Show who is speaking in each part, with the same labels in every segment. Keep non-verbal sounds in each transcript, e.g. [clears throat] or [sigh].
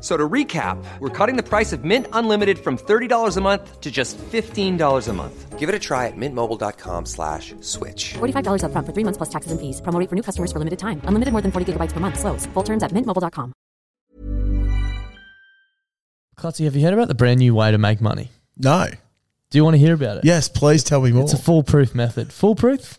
Speaker 1: So to recap, we're cutting the price of Mint Unlimited from $30 a month to just $15 a month. Give it a try at mintmobile.com slash switch.
Speaker 2: $45 up front for three months plus taxes and fees. Promoting for new customers for limited time. Unlimited more than 40 gigabytes per month. Slows. Full terms at mintmobile.com.
Speaker 3: Clutzy, have you heard about the brand new way to make money?
Speaker 4: No.
Speaker 3: Do you want to hear about it?
Speaker 4: Yes, please tell me more.
Speaker 3: It's a foolproof method. Foolproof?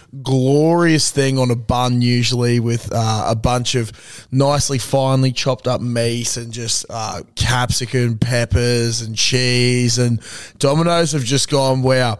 Speaker 4: glorious thing on a bun, usually with uh, a bunch of nicely finely chopped up meat and just uh, capsicum, peppers, and cheese. And Domino's have just gone, wow.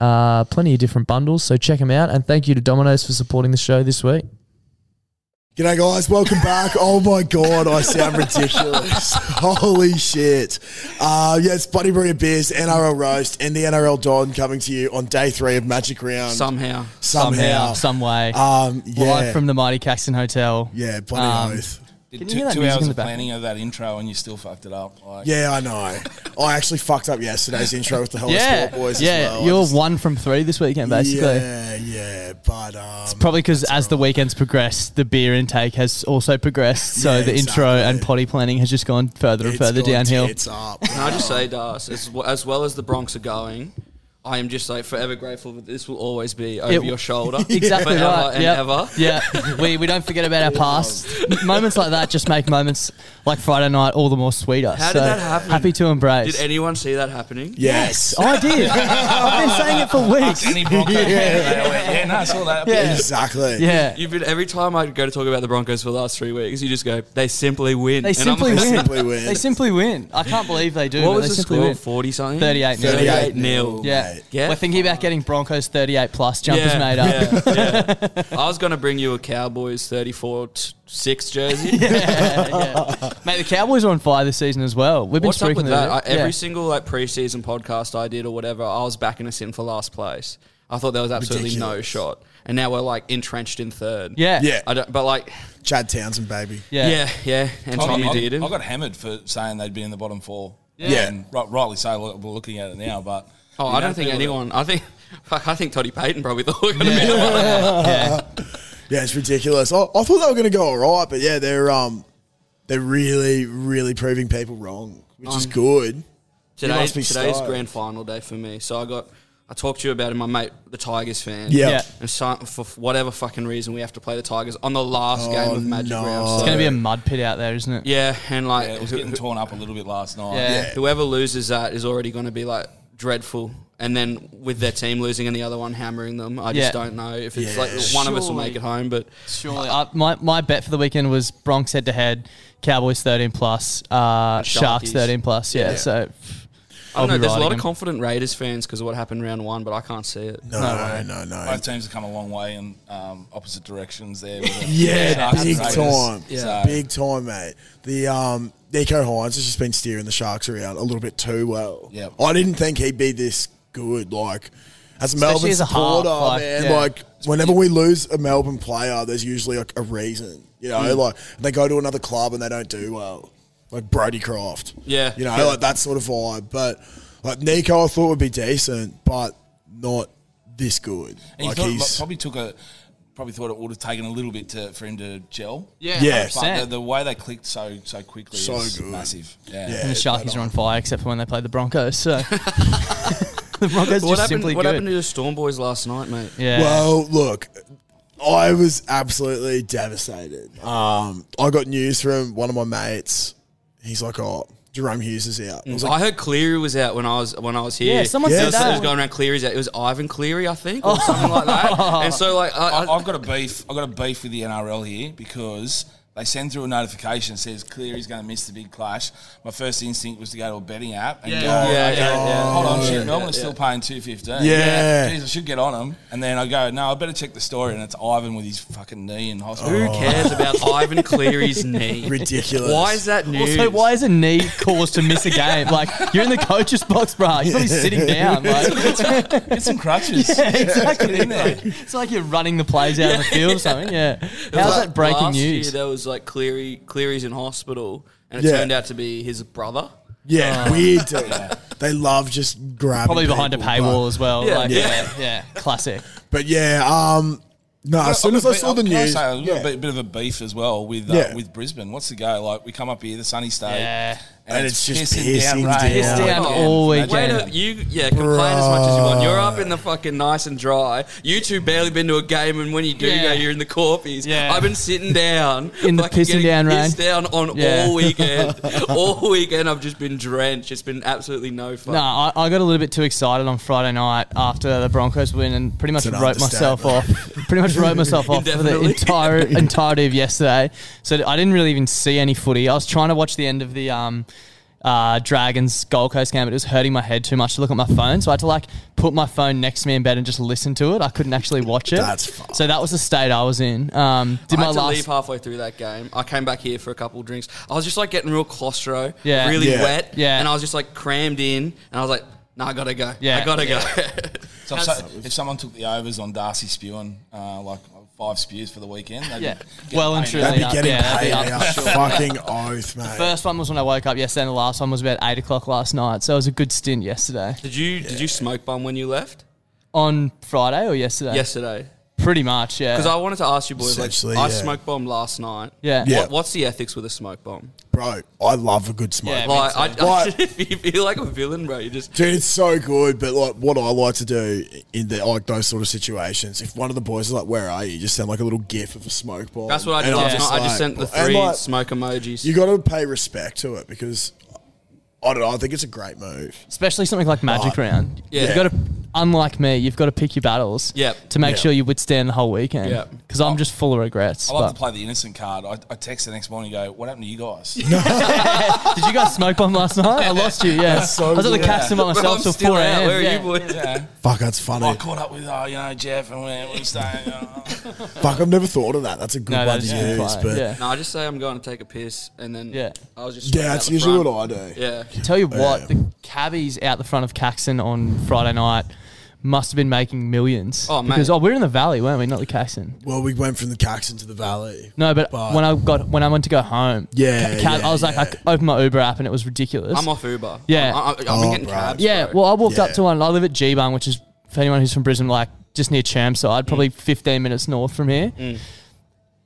Speaker 3: Uh, plenty of different bundles, so check them out. And thank you to Domino's for supporting the show this week.
Speaker 4: G'day guys, welcome back. Oh my god, I sound ridiculous. [laughs] Holy shit. Uh yes, Buddy Brew and Beers, NRL Roast, and the NRL Don coming to you on day three of Magic Round.
Speaker 5: somehow.
Speaker 4: somehow.
Speaker 6: some way.
Speaker 4: um yeah,
Speaker 6: Live from Um, the mighty Caxton Hotel.
Speaker 4: yeah, bloody oath.
Speaker 3: Can you
Speaker 7: Did two,
Speaker 3: hear that
Speaker 7: two
Speaker 3: music in
Speaker 7: hours
Speaker 3: the
Speaker 7: of
Speaker 3: background?
Speaker 7: planning of that intro and you still fucked it up. Like,
Speaker 4: Yeah, I know. I actually fucked up yesterday's intro with the Hello
Speaker 6: Yeah,
Speaker 4: Sport Boys
Speaker 6: yeah.
Speaker 4: as well. I
Speaker 6: You're
Speaker 4: just-
Speaker 6: one from three this weekend, [laughs] basically.
Speaker 4: Yeah, yeah, but um
Speaker 6: Probably because as the weekend's progressed, the beer intake has also progressed. So
Speaker 4: Yeah,
Speaker 6: the intro
Speaker 4: exactly.
Speaker 6: and potty planning has just gone further and
Speaker 4: it's
Speaker 6: further
Speaker 4: gone
Speaker 6: downhill.
Speaker 4: tits
Speaker 6: [laughs]
Speaker 4: [laughs] up.
Speaker 5: Can I just say, Das, as, w- as well as the Bronx are going, I am just like forever grateful that this will always be over
Speaker 6: It-
Speaker 5: your shoulder.
Speaker 6: [laughs] Exactly
Speaker 5: forever
Speaker 6: right.
Speaker 5: And
Speaker 6: Yep.
Speaker 5: ever.
Speaker 6: [laughs] Yeah, we, we don't forget about our past. moments like that just make moments like Friday night all the more sweeter.
Speaker 5: How
Speaker 6: So
Speaker 5: did that happen?
Speaker 6: Happy to embrace. Oh,
Speaker 5: Did anyone see that happening?
Speaker 4: Yes.
Speaker 6: I did. I've been saying it
Speaker 5: [laughs]
Speaker 6: for
Speaker 7: Ask
Speaker 6: weeks.
Speaker 7: any Bronco fan, they went, yeah, no, I saw that.
Speaker 6: Yeah.
Speaker 4: Exactly.
Speaker 6: Yeah.
Speaker 5: You've been every time I go to talk about the Broncos for the last three weeks, you just go, they simply win.
Speaker 6: They
Speaker 5: And I'm
Speaker 6: simply
Speaker 5: like,
Speaker 6: win.
Speaker 4: simply win.
Speaker 6: They simply win. I can't believe they do.
Speaker 5: What
Speaker 6: but
Speaker 5: was
Speaker 6: they
Speaker 5: the
Speaker 6: simply
Speaker 5: score?
Speaker 6: win.
Speaker 5: Forty something.
Speaker 6: 38 nil.
Speaker 5: 38 nil.
Speaker 6: Yeah.
Speaker 5: Yeah.
Speaker 6: We're thinking about getting Broncos 38 plus jumpers
Speaker 5: yeah,
Speaker 6: made up.
Speaker 5: yeah, yeah. I was going to bring you a Cowboys 34 t-
Speaker 6: [laughs]
Speaker 5: 6 jersey.
Speaker 6: [laughs] Mate, the Cowboys are on fire this season as well. We've been
Speaker 5: What's up
Speaker 6: streaking
Speaker 5: with
Speaker 6: them.
Speaker 5: that? I, every
Speaker 6: Yeah.
Speaker 5: single like preseason podcast I did or whatever, I was backing us in for last place. I thought there was absolutely no
Speaker 4: Ridiculous.
Speaker 5: shot, and now we're like entrenched in third.
Speaker 6: yeah.
Speaker 4: Yeah.
Speaker 5: I don't, but like,
Speaker 4: Chad Townsend, baby.
Speaker 5: yeah,
Speaker 6: Yeah.
Speaker 5: yeah, and
Speaker 7: I,
Speaker 5: Tommy
Speaker 7: got, I,
Speaker 5: did
Speaker 7: I got hammered for saying they'd be in the bottom four.
Speaker 4: Yeah.
Speaker 7: And right, rightly so. look, We're looking at it now, but
Speaker 5: Oh,
Speaker 7: you
Speaker 5: I
Speaker 7: know,
Speaker 5: don't think
Speaker 7: people that-
Speaker 5: anyone. I think, [laughs] fuck, I think Toddy Payton probably thought we were going to be.
Speaker 4: Yeah, it's ridiculous. I, I thought they were going to go all right, but yeah, they're um, they're really, really proving people wrong, which is good.
Speaker 5: Today,
Speaker 4: must be
Speaker 5: today's
Speaker 4: stoked.
Speaker 5: grand final day for me. So I got I talked to you about it, my mate, the Tigers fan.
Speaker 4: Yeah.
Speaker 6: Yeah.
Speaker 5: And so, for whatever fucking reason, we have to play the Tigers on the last game of Magic Round.
Speaker 6: Oh, It's
Speaker 5: so-
Speaker 6: going to be a mud pit out there, isn't it?
Speaker 5: yeah, and like
Speaker 7: Yeah, it was
Speaker 5: who- [laughs]
Speaker 7: getting torn up a little bit last night.
Speaker 6: Yeah. Yeah.
Speaker 5: whoever loses that is already going to be like dreadful. And then with their team losing and the other one hammering them, I just
Speaker 6: Yeah.
Speaker 5: don't know if it's like one of us will make it home. But
Speaker 6: Surely. I, Uh, my, my bet for the weekend was Bronx head to head, Cowboys 13 plus, uh, Sharks
Speaker 5: Sharkies.
Speaker 6: 13 plus. Yeah, so
Speaker 5: I don't
Speaker 6: I'll
Speaker 5: know.
Speaker 6: be
Speaker 5: There's a lot
Speaker 6: riding
Speaker 5: of
Speaker 6: him.
Speaker 5: confident Raiders fans because of what happened round one, but I can't see it.
Speaker 4: No, no, no, no.
Speaker 7: Both teams have come a long way in um, opposite directions there. with the
Speaker 4: Yeah,
Speaker 7: Sharks and
Speaker 4: big
Speaker 7: Raiders.
Speaker 4: time.
Speaker 7: So-
Speaker 4: Big time, mate. The um Nico Hines has just been steering the Sharks around a little bit too well.
Speaker 7: Yep.
Speaker 4: I didn't think he'd be this good. Like as a Melbourne
Speaker 6: Especially as a half,
Speaker 4: supporter,
Speaker 6: like,
Speaker 4: man.
Speaker 6: yeah.
Speaker 4: Like whenever we lose a Melbourne player, there's usually like a reason. You know, like they go to another club and they don't do well. Like Brody Croft.
Speaker 5: Yeah.
Speaker 4: You know,
Speaker 5: Yeah.
Speaker 4: like that sort of vibe. But like Nico I thought would be decent, but not this good.
Speaker 7: And
Speaker 4: like
Speaker 7: he thought, like, probably took a probably thought it would have taken a little bit to, for him to gel.
Speaker 6: Yeah,
Speaker 4: Yeah.
Speaker 7: But the,
Speaker 6: 100%.
Speaker 7: the way they clicked so so quickly
Speaker 4: So
Speaker 7: is
Speaker 4: good.
Speaker 7: massive. Yeah.
Speaker 4: Yeah.
Speaker 6: And the Sharkies are on fire, except for when they played the Broncos.
Speaker 5: [laughs]
Speaker 6: So [laughs] the Broncos
Speaker 5: What
Speaker 6: just
Speaker 5: happened?
Speaker 6: simply
Speaker 5: What
Speaker 6: good.
Speaker 5: happened to the Storm Boys last night, mate?
Speaker 6: yeah.
Speaker 4: Well, look, I was absolutely devastated. Um, I got news from one of my mates. He's like, "Oh, Jerome Hughes is out." I
Speaker 6: Mm.
Speaker 4: was like,
Speaker 5: I heard Cleary was out when I was when I was here.
Speaker 6: Yeah, someone
Speaker 5: There
Speaker 4: said
Speaker 5: was-
Speaker 4: that.
Speaker 5: It was going around Cleary's out. It was Ivan Cleary, I think, or something
Speaker 6: [laughs]
Speaker 5: like that. And so like, I,
Speaker 7: I,
Speaker 5: I,
Speaker 7: I've got a beef. I've got a beef with the NRL here because they send through a notification that says Cleary's going to miss the big clash. My first instinct was to go to a betting app and go,
Speaker 5: Yeah,
Speaker 7: okay,
Speaker 5: yeah,
Speaker 4: "Oh,
Speaker 5: yeah.
Speaker 7: hold on,
Speaker 5: Yeah,
Speaker 7: shit,
Speaker 5: yeah,
Speaker 7: Melbourne's still paying two fifteen.
Speaker 4: Yeah.
Speaker 7: geez, I should get on them. And then I go, no, I better check the story, and it's Ivan with his fucking knee in hospital.
Speaker 4: Oh.
Speaker 5: who cares about
Speaker 6: [laughs]
Speaker 5: Ivan Cleary's knee?
Speaker 4: "Ridiculous."
Speaker 5: Why is that news?
Speaker 6: Also, why is a knee cause to miss a game? Like you're in the coach's box, bro. You're probably sitting down.
Speaker 5: [laughs]
Speaker 6: Like
Speaker 7: Get some crutches.
Speaker 6: exactly.
Speaker 7: Get in there.
Speaker 6: it's like you're running the plays out of the field or something. Yeah. How's
Speaker 5: Like,
Speaker 6: that [laughs] breaking
Speaker 5: last Year,
Speaker 6: news?
Speaker 5: there was like Cleary. Cleary's in hospital, and it
Speaker 4: Yeah.
Speaker 5: turned out to be his brother.
Speaker 4: Yeah, weird. Dude. They love just grabbing.
Speaker 6: Oh. Probably behind a
Speaker 4: people,
Speaker 6: paywall as well.
Speaker 5: Yeah.
Speaker 6: like,
Speaker 5: Yeah.
Speaker 6: yeah. yeah, Classic.
Speaker 4: But, but yeah, um, no. as soon
Speaker 7: I've
Speaker 4: as I
Speaker 7: got a
Speaker 4: saw
Speaker 7: bit-
Speaker 4: the
Speaker 7: can
Speaker 4: news,
Speaker 7: say, I've got
Speaker 4: yeah.
Speaker 7: a bit, bit of a beef as well with uh,
Speaker 4: Yeah.
Speaker 7: with Brisbane. What's the go? Like we come up here, the sunny state,
Speaker 6: Yeah.
Speaker 7: and,
Speaker 4: And it's
Speaker 7: it's,
Speaker 4: just
Speaker 7: pissing,
Speaker 4: pissing
Speaker 7: down, rain.
Speaker 4: down. Pissed
Speaker 6: down all
Speaker 7: Imagine
Speaker 5: Wait,
Speaker 6: weekend.
Speaker 7: that.
Speaker 5: a, you yeah, complain as much as you want. You're up in the fucking nice and dry. You two barely been to a game, and when you do
Speaker 6: Yeah.
Speaker 5: go, you're in the corpies.
Speaker 6: Yeah.
Speaker 5: I've
Speaker 6: [laughs]
Speaker 5: been sitting down
Speaker 6: In the
Speaker 5: fucking
Speaker 6: pissing
Speaker 5: getting
Speaker 6: down rain.
Speaker 5: pissed down on
Speaker 6: Yeah. [laughs]
Speaker 5: all weekend. all weekend, I've just been drenched. It's been absolutely no fun.
Speaker 6: No, I, I got a little bit too excited on Friday night after the Broncos win and pretty much
Speaker 4: It's an
Speaker 6: wrote myself off.
Speaker 4: understatement. [laughs]
Speaker 6: Pretty much wrote myself off for the
Speaker 5: Indefinitely. [laughs]
Speaker 6: entire entirety of yesterday. So I didn't really even see any footy. I was trying to watch the end of the um, uh, Dragons Gold Coast game, but it was hurting my head too much to look at my phone. So I had to like put my phone next to me in bed and just listen to it. I couldn't actually watch it.
Speaker 4: That's fucked.
Speaker 6: so that was the state I was in. Um, did
Speaker 5: I
Speaker 6: my
Speaker 5: had to
Speaker 6: last
Speaker 5: leave halfway through that game. I came back here for a couple drinks. I was just like getting real claustro,
Speaker 6: Yeah.
Speaker 5: really
Speaker 4: Yeah.
Speaker 5: wet,
Speaker 6: Yeah.
Speaker 5: and I was just like crammed in, and I was like, "Nah, I gotta go.
Speaker 6: Yeah.
Speaker 5: I gotta [laughs]
Speaker 7: So if, so- if someone took the overs on Darcy spewing uh, like five spews for the weekend, they'd
Speaker 6: Yeah.
Speaker 7: be getting
Speaker 6: Well and
Speaker 7: paid.
Speaker 6: truly.
Speaker 4: they'd be
Speaker 6: Yeah,
Speaker 4: getting
Speaker 6: yeah,
Speaker 4: paid
Speaker 6: that'd be
Speaker 4: out. Fucking oath, mate.
Speaker 6: First one was when I woke up yesterday, and the last one was about eight o'clock last night. So it was a good stint yesterday.
Speaker 5: Did you did you smoke bum when you left
Speaker 6: On Friday or yesterday?
Speaker 5: yesterday?
Speaker 6: Pretty much, yeah.
Speaker 5: Because I wanted to ask you boys, like,
Speaker 4: Essentially,
Speaker 5: I
Speaker 4: yeah.
Speaker 5: smoke bomb last night.
Speaker 6: yeah.
Speaker 4: Yeah.
Speaker 5: What, what's the ethics with a smoke bomb?
Speaker 4: bro, I love a good smoke.
Speaker 6: Yeah,
Speaker 5: Like, I, I, [laughs]
Speaker 4: What?
Speaker 5: you feel like a villain, bro. You just
Speaker 4: Dude, it's so good. But like, what I like to do in the, like those sort of situations, if one of the boys is like, "Where are you?" you just send like a little gif of a smoke bomb.
Speaker 5: that's what I did
Speaker 4: And I'm
Speaker 5: last night. I just
Speaker 4: like-
Speaker 5: sent the
Speaker 4: and,
Speaker 5: three
Speaker 4: like,
Speaker 5: smoke emojis.
Speaker 4: You got to pay respect to it because I don't know. I think it's a great move.
Speaker 6: Especially something like Magic Round.
Speaker 5: Oh, Yeah.
Speaker 6: You've got to, unlike me, you've got to pick your battles
Speaker 5: Yep.
Speaker 6: to make
Speaker 4: Yeah.
Speaker 6: sure you withstand the whole weekend.
Speaker 5: Yep. Oh.
Speaker 6: Because I'm just full of regrets.
Speaker 7: I like
Speaker 6: but-
Speaker 7: to play the innocent card. I, I text the next morning and go, "What happened to you
Speaker 6: [laughs]
Speaker 7: guys?"
Speaker 6: Did you guys smoke bomb last night? I lost you, yeah. I was at the Caxton by
Speaker 5: Bro,
Speaker 6: myself
Speaker 5: [laughs] I'm
Speaker 6: till
Speaker 5: still
Speaker 6: 4
Speaker 5: out.
Speaker 6: a.m.
Speaker 5: Where
Speaker 6: yeah.
Speaker 5: are you, boys?
Speaker 4: Fuck, that's funny.
Speaker 7: I caught up with oh, you know Jeff and we're, we're staying.
Speaker 6: [laughs]
Speaker 7: uh,
Speaker 4: Fuck, I've never thought of that. That's a good
Speaker 6: No,
Speaker 4: one
Speaker 6: that
Speaker 4: to
Speaker 6: is a good
Speaker 4: use.
Speaker 6: play,
Speaker 4: But yeah,
Speaker 6: yeah.
Speaker 5: No, I just say I'm going to take a piss, and then
Speaker 6: Yeah.
Speaker 5: I was just
Speaker 4: yeah that's usually what I do.
Speaker 5: Yeah,
Speaker 6: Tell you what,
Speaker 4: Yeah.
Speaker 6: the cabbies out the front of Caxton on Friday night must have been making millions.
Speaker 5: Oh, mate.
Speaker 6: Because oh, we were in the valley, weren't we? Not the Caxton.
Speaker 4: Well, we went from the Caxton to the Valley.
Speaker 6: No, but,
Speaker 4: But-
Speaker 6: when I got when I went to go home,
Speaker 4: Yeah,
Speaker 6: ca- ca-
Speaker 4: yeah,
Speaker 6: I was like,
Speaker 4: yeah.
Speaker 6: I c- opened my Uber app and it was ridiculous.
Speaker 5: I'm off Uber.
Speaker 6: Yeah.
Speaker 5: I, I, I've been
Speaker 4: Oh,
Speaker 5: getting
Speaker 4: bro.
Speaker 5: cabs.
Speaker 6: yeah,
Speaker 5: bro.
Speaker 6: well, I walked up
Speaker 4: Yeah.
Speaker 6: to one. I live at G Bung, which is for anyone who's from Brisbane, like just near
Speaker 5: Mm.
Speaker 6: Chermside, probably 15 minutes north from here.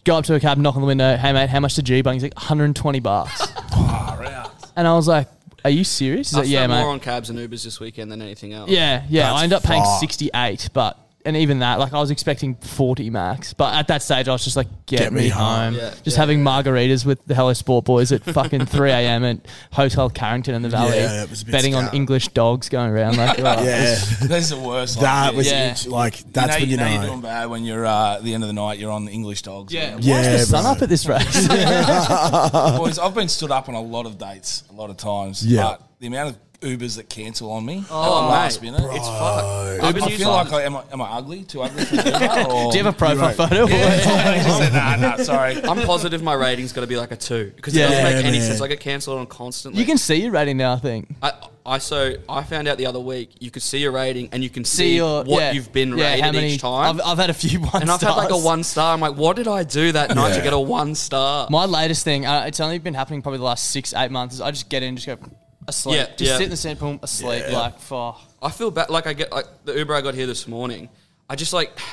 Speaker 6: Go up to a cab,
Speaker 4: [laughs]
Speaker 6: knock on the window. Hey mate, how much to G Bung? He's like 120 bucks,
Speaker 7: far out.
Speaker 6: and I was like, "Are Are you serious? Is
Speaker 5: I
Speaker 6: that, yeah,
Speaker 5: spent
Speaker 6: mate.
Speaker 5: more on cabs and Ubers this weekend than anything else.
Speaker 6: Yeah, yeah.
Speaker 4: That's
Speaker 6: I ended up paying
Speaker 4: fucked.
Speaker 6: 68, but and even that, like I was expecting 40 max. But at that stage, I was just like, get,
Speaker 4: Get me
Speaker 6: me, home.
Speaker 4: home.
Speaker 5: Yeah,
Speaker 6: just
Speaker 5: yeah,
Speaker 6: having margaritas with the Hello Sport boys at fucking 3 a.m. at Hotel Carrington in the Valley,
Speaker 4: [laughs] Yeah, it was a bit
Speaker 6: betting on
Speaker 4: scarred.
Speaker 6: English dogs going around.
Speaker 4: [laughs]
Speaker 6: Like, right.
Speaker 4: Yeah,
Speaker 7: That's the worst.
Speaker 4: [laughs]
Speaker 7: like,
Speaker 4: that was
Speaker 6: Yeah.
Speaker 4: it. like that's
Speaker 7: you
Speaker 4: when you
Speaker 7: know,
Speaker 4: know.
Speaker 7: you're doing bad when you're uh, at the end of the night. You're on the English dogs.
Speaker 6: yeah.
Speaker 4: Yeah,
Speaker 6: Why is the sun
Speaker 4: bro.
Speaker 6: up at this race?
Speaker 7: boys. I've been stood up on a lot of dates, a lot of times.
Speaker 4: Yeah.
Speaker 7: but the amount of Ubers that cancel on me
Speaker 5: Oh,
Speaker 7: at the last
Speaker 5: mate.
Speaker 7: minute,
Speaker 5: It's
Speaker 7: it's.
Speaker 4: Oh.
Speaker 5: fucked.
Speaker 7: I,
Speaker 5: Uber
Speaker 7: I
Speaker 5: News
Speaker 7: feel like
Speaker 5: London.
Speaker 7: I am. I, am I ugly? Too ugly for Uber?
Speaker 6: [laughs] [laughs]
Speaker 7: Or?
Speaker 6: Do you have a profile
Speaker 4: right.
Speaker 6: photo?
Speaker 4: [laughs] Oh,
Speaker 7: [laughs] I just said, nah, nah, sorry.
Speaker 5: I'm positive my rating's going to be like a two because
Speaker 6: Yeah.
Speaker 5: it doesn't
Speaker 4: Yeah,
Speaker 5: make any
Speaker 4: man.
Speaker 5: sense. I get cancelled on constantly.
Speaker 6: You can see your rating now, I think.
Speaker 5: I, I so I found out the other week you could see your rating and you can see,
Speaker 6: See your
Speaker 5: what
Speaker 6: yeah,
Speaker 5: you've been
Speaker 6: yeah,
Speaker 5: rated
Speaker 6: how many,
Speaker 5: each time.
Speaker 6: I've, I've had a few [laughs] one
Speaker 5: and I've had like a
Speaker 6: stars.
Speaker 5: one star. I'm like, what did I do that night
Speaker 4: Yeah.
Speaker 5: to get a one star?
Speaker 6: My latest thing, uh, it's only been happening probably the last six, eight months, is I just get in and just go asleep.
Speaker 5: Yeah,
Speaker 6: just
Speaker 5: yeah.
Speaker 6: sit in the center room, asleep, like,
Speaker 5: [laughs]
Speaker 6: fuck.
Speaker 5: I feel bad. Like I get like the Uber I got here this morning. I just like. [sighs]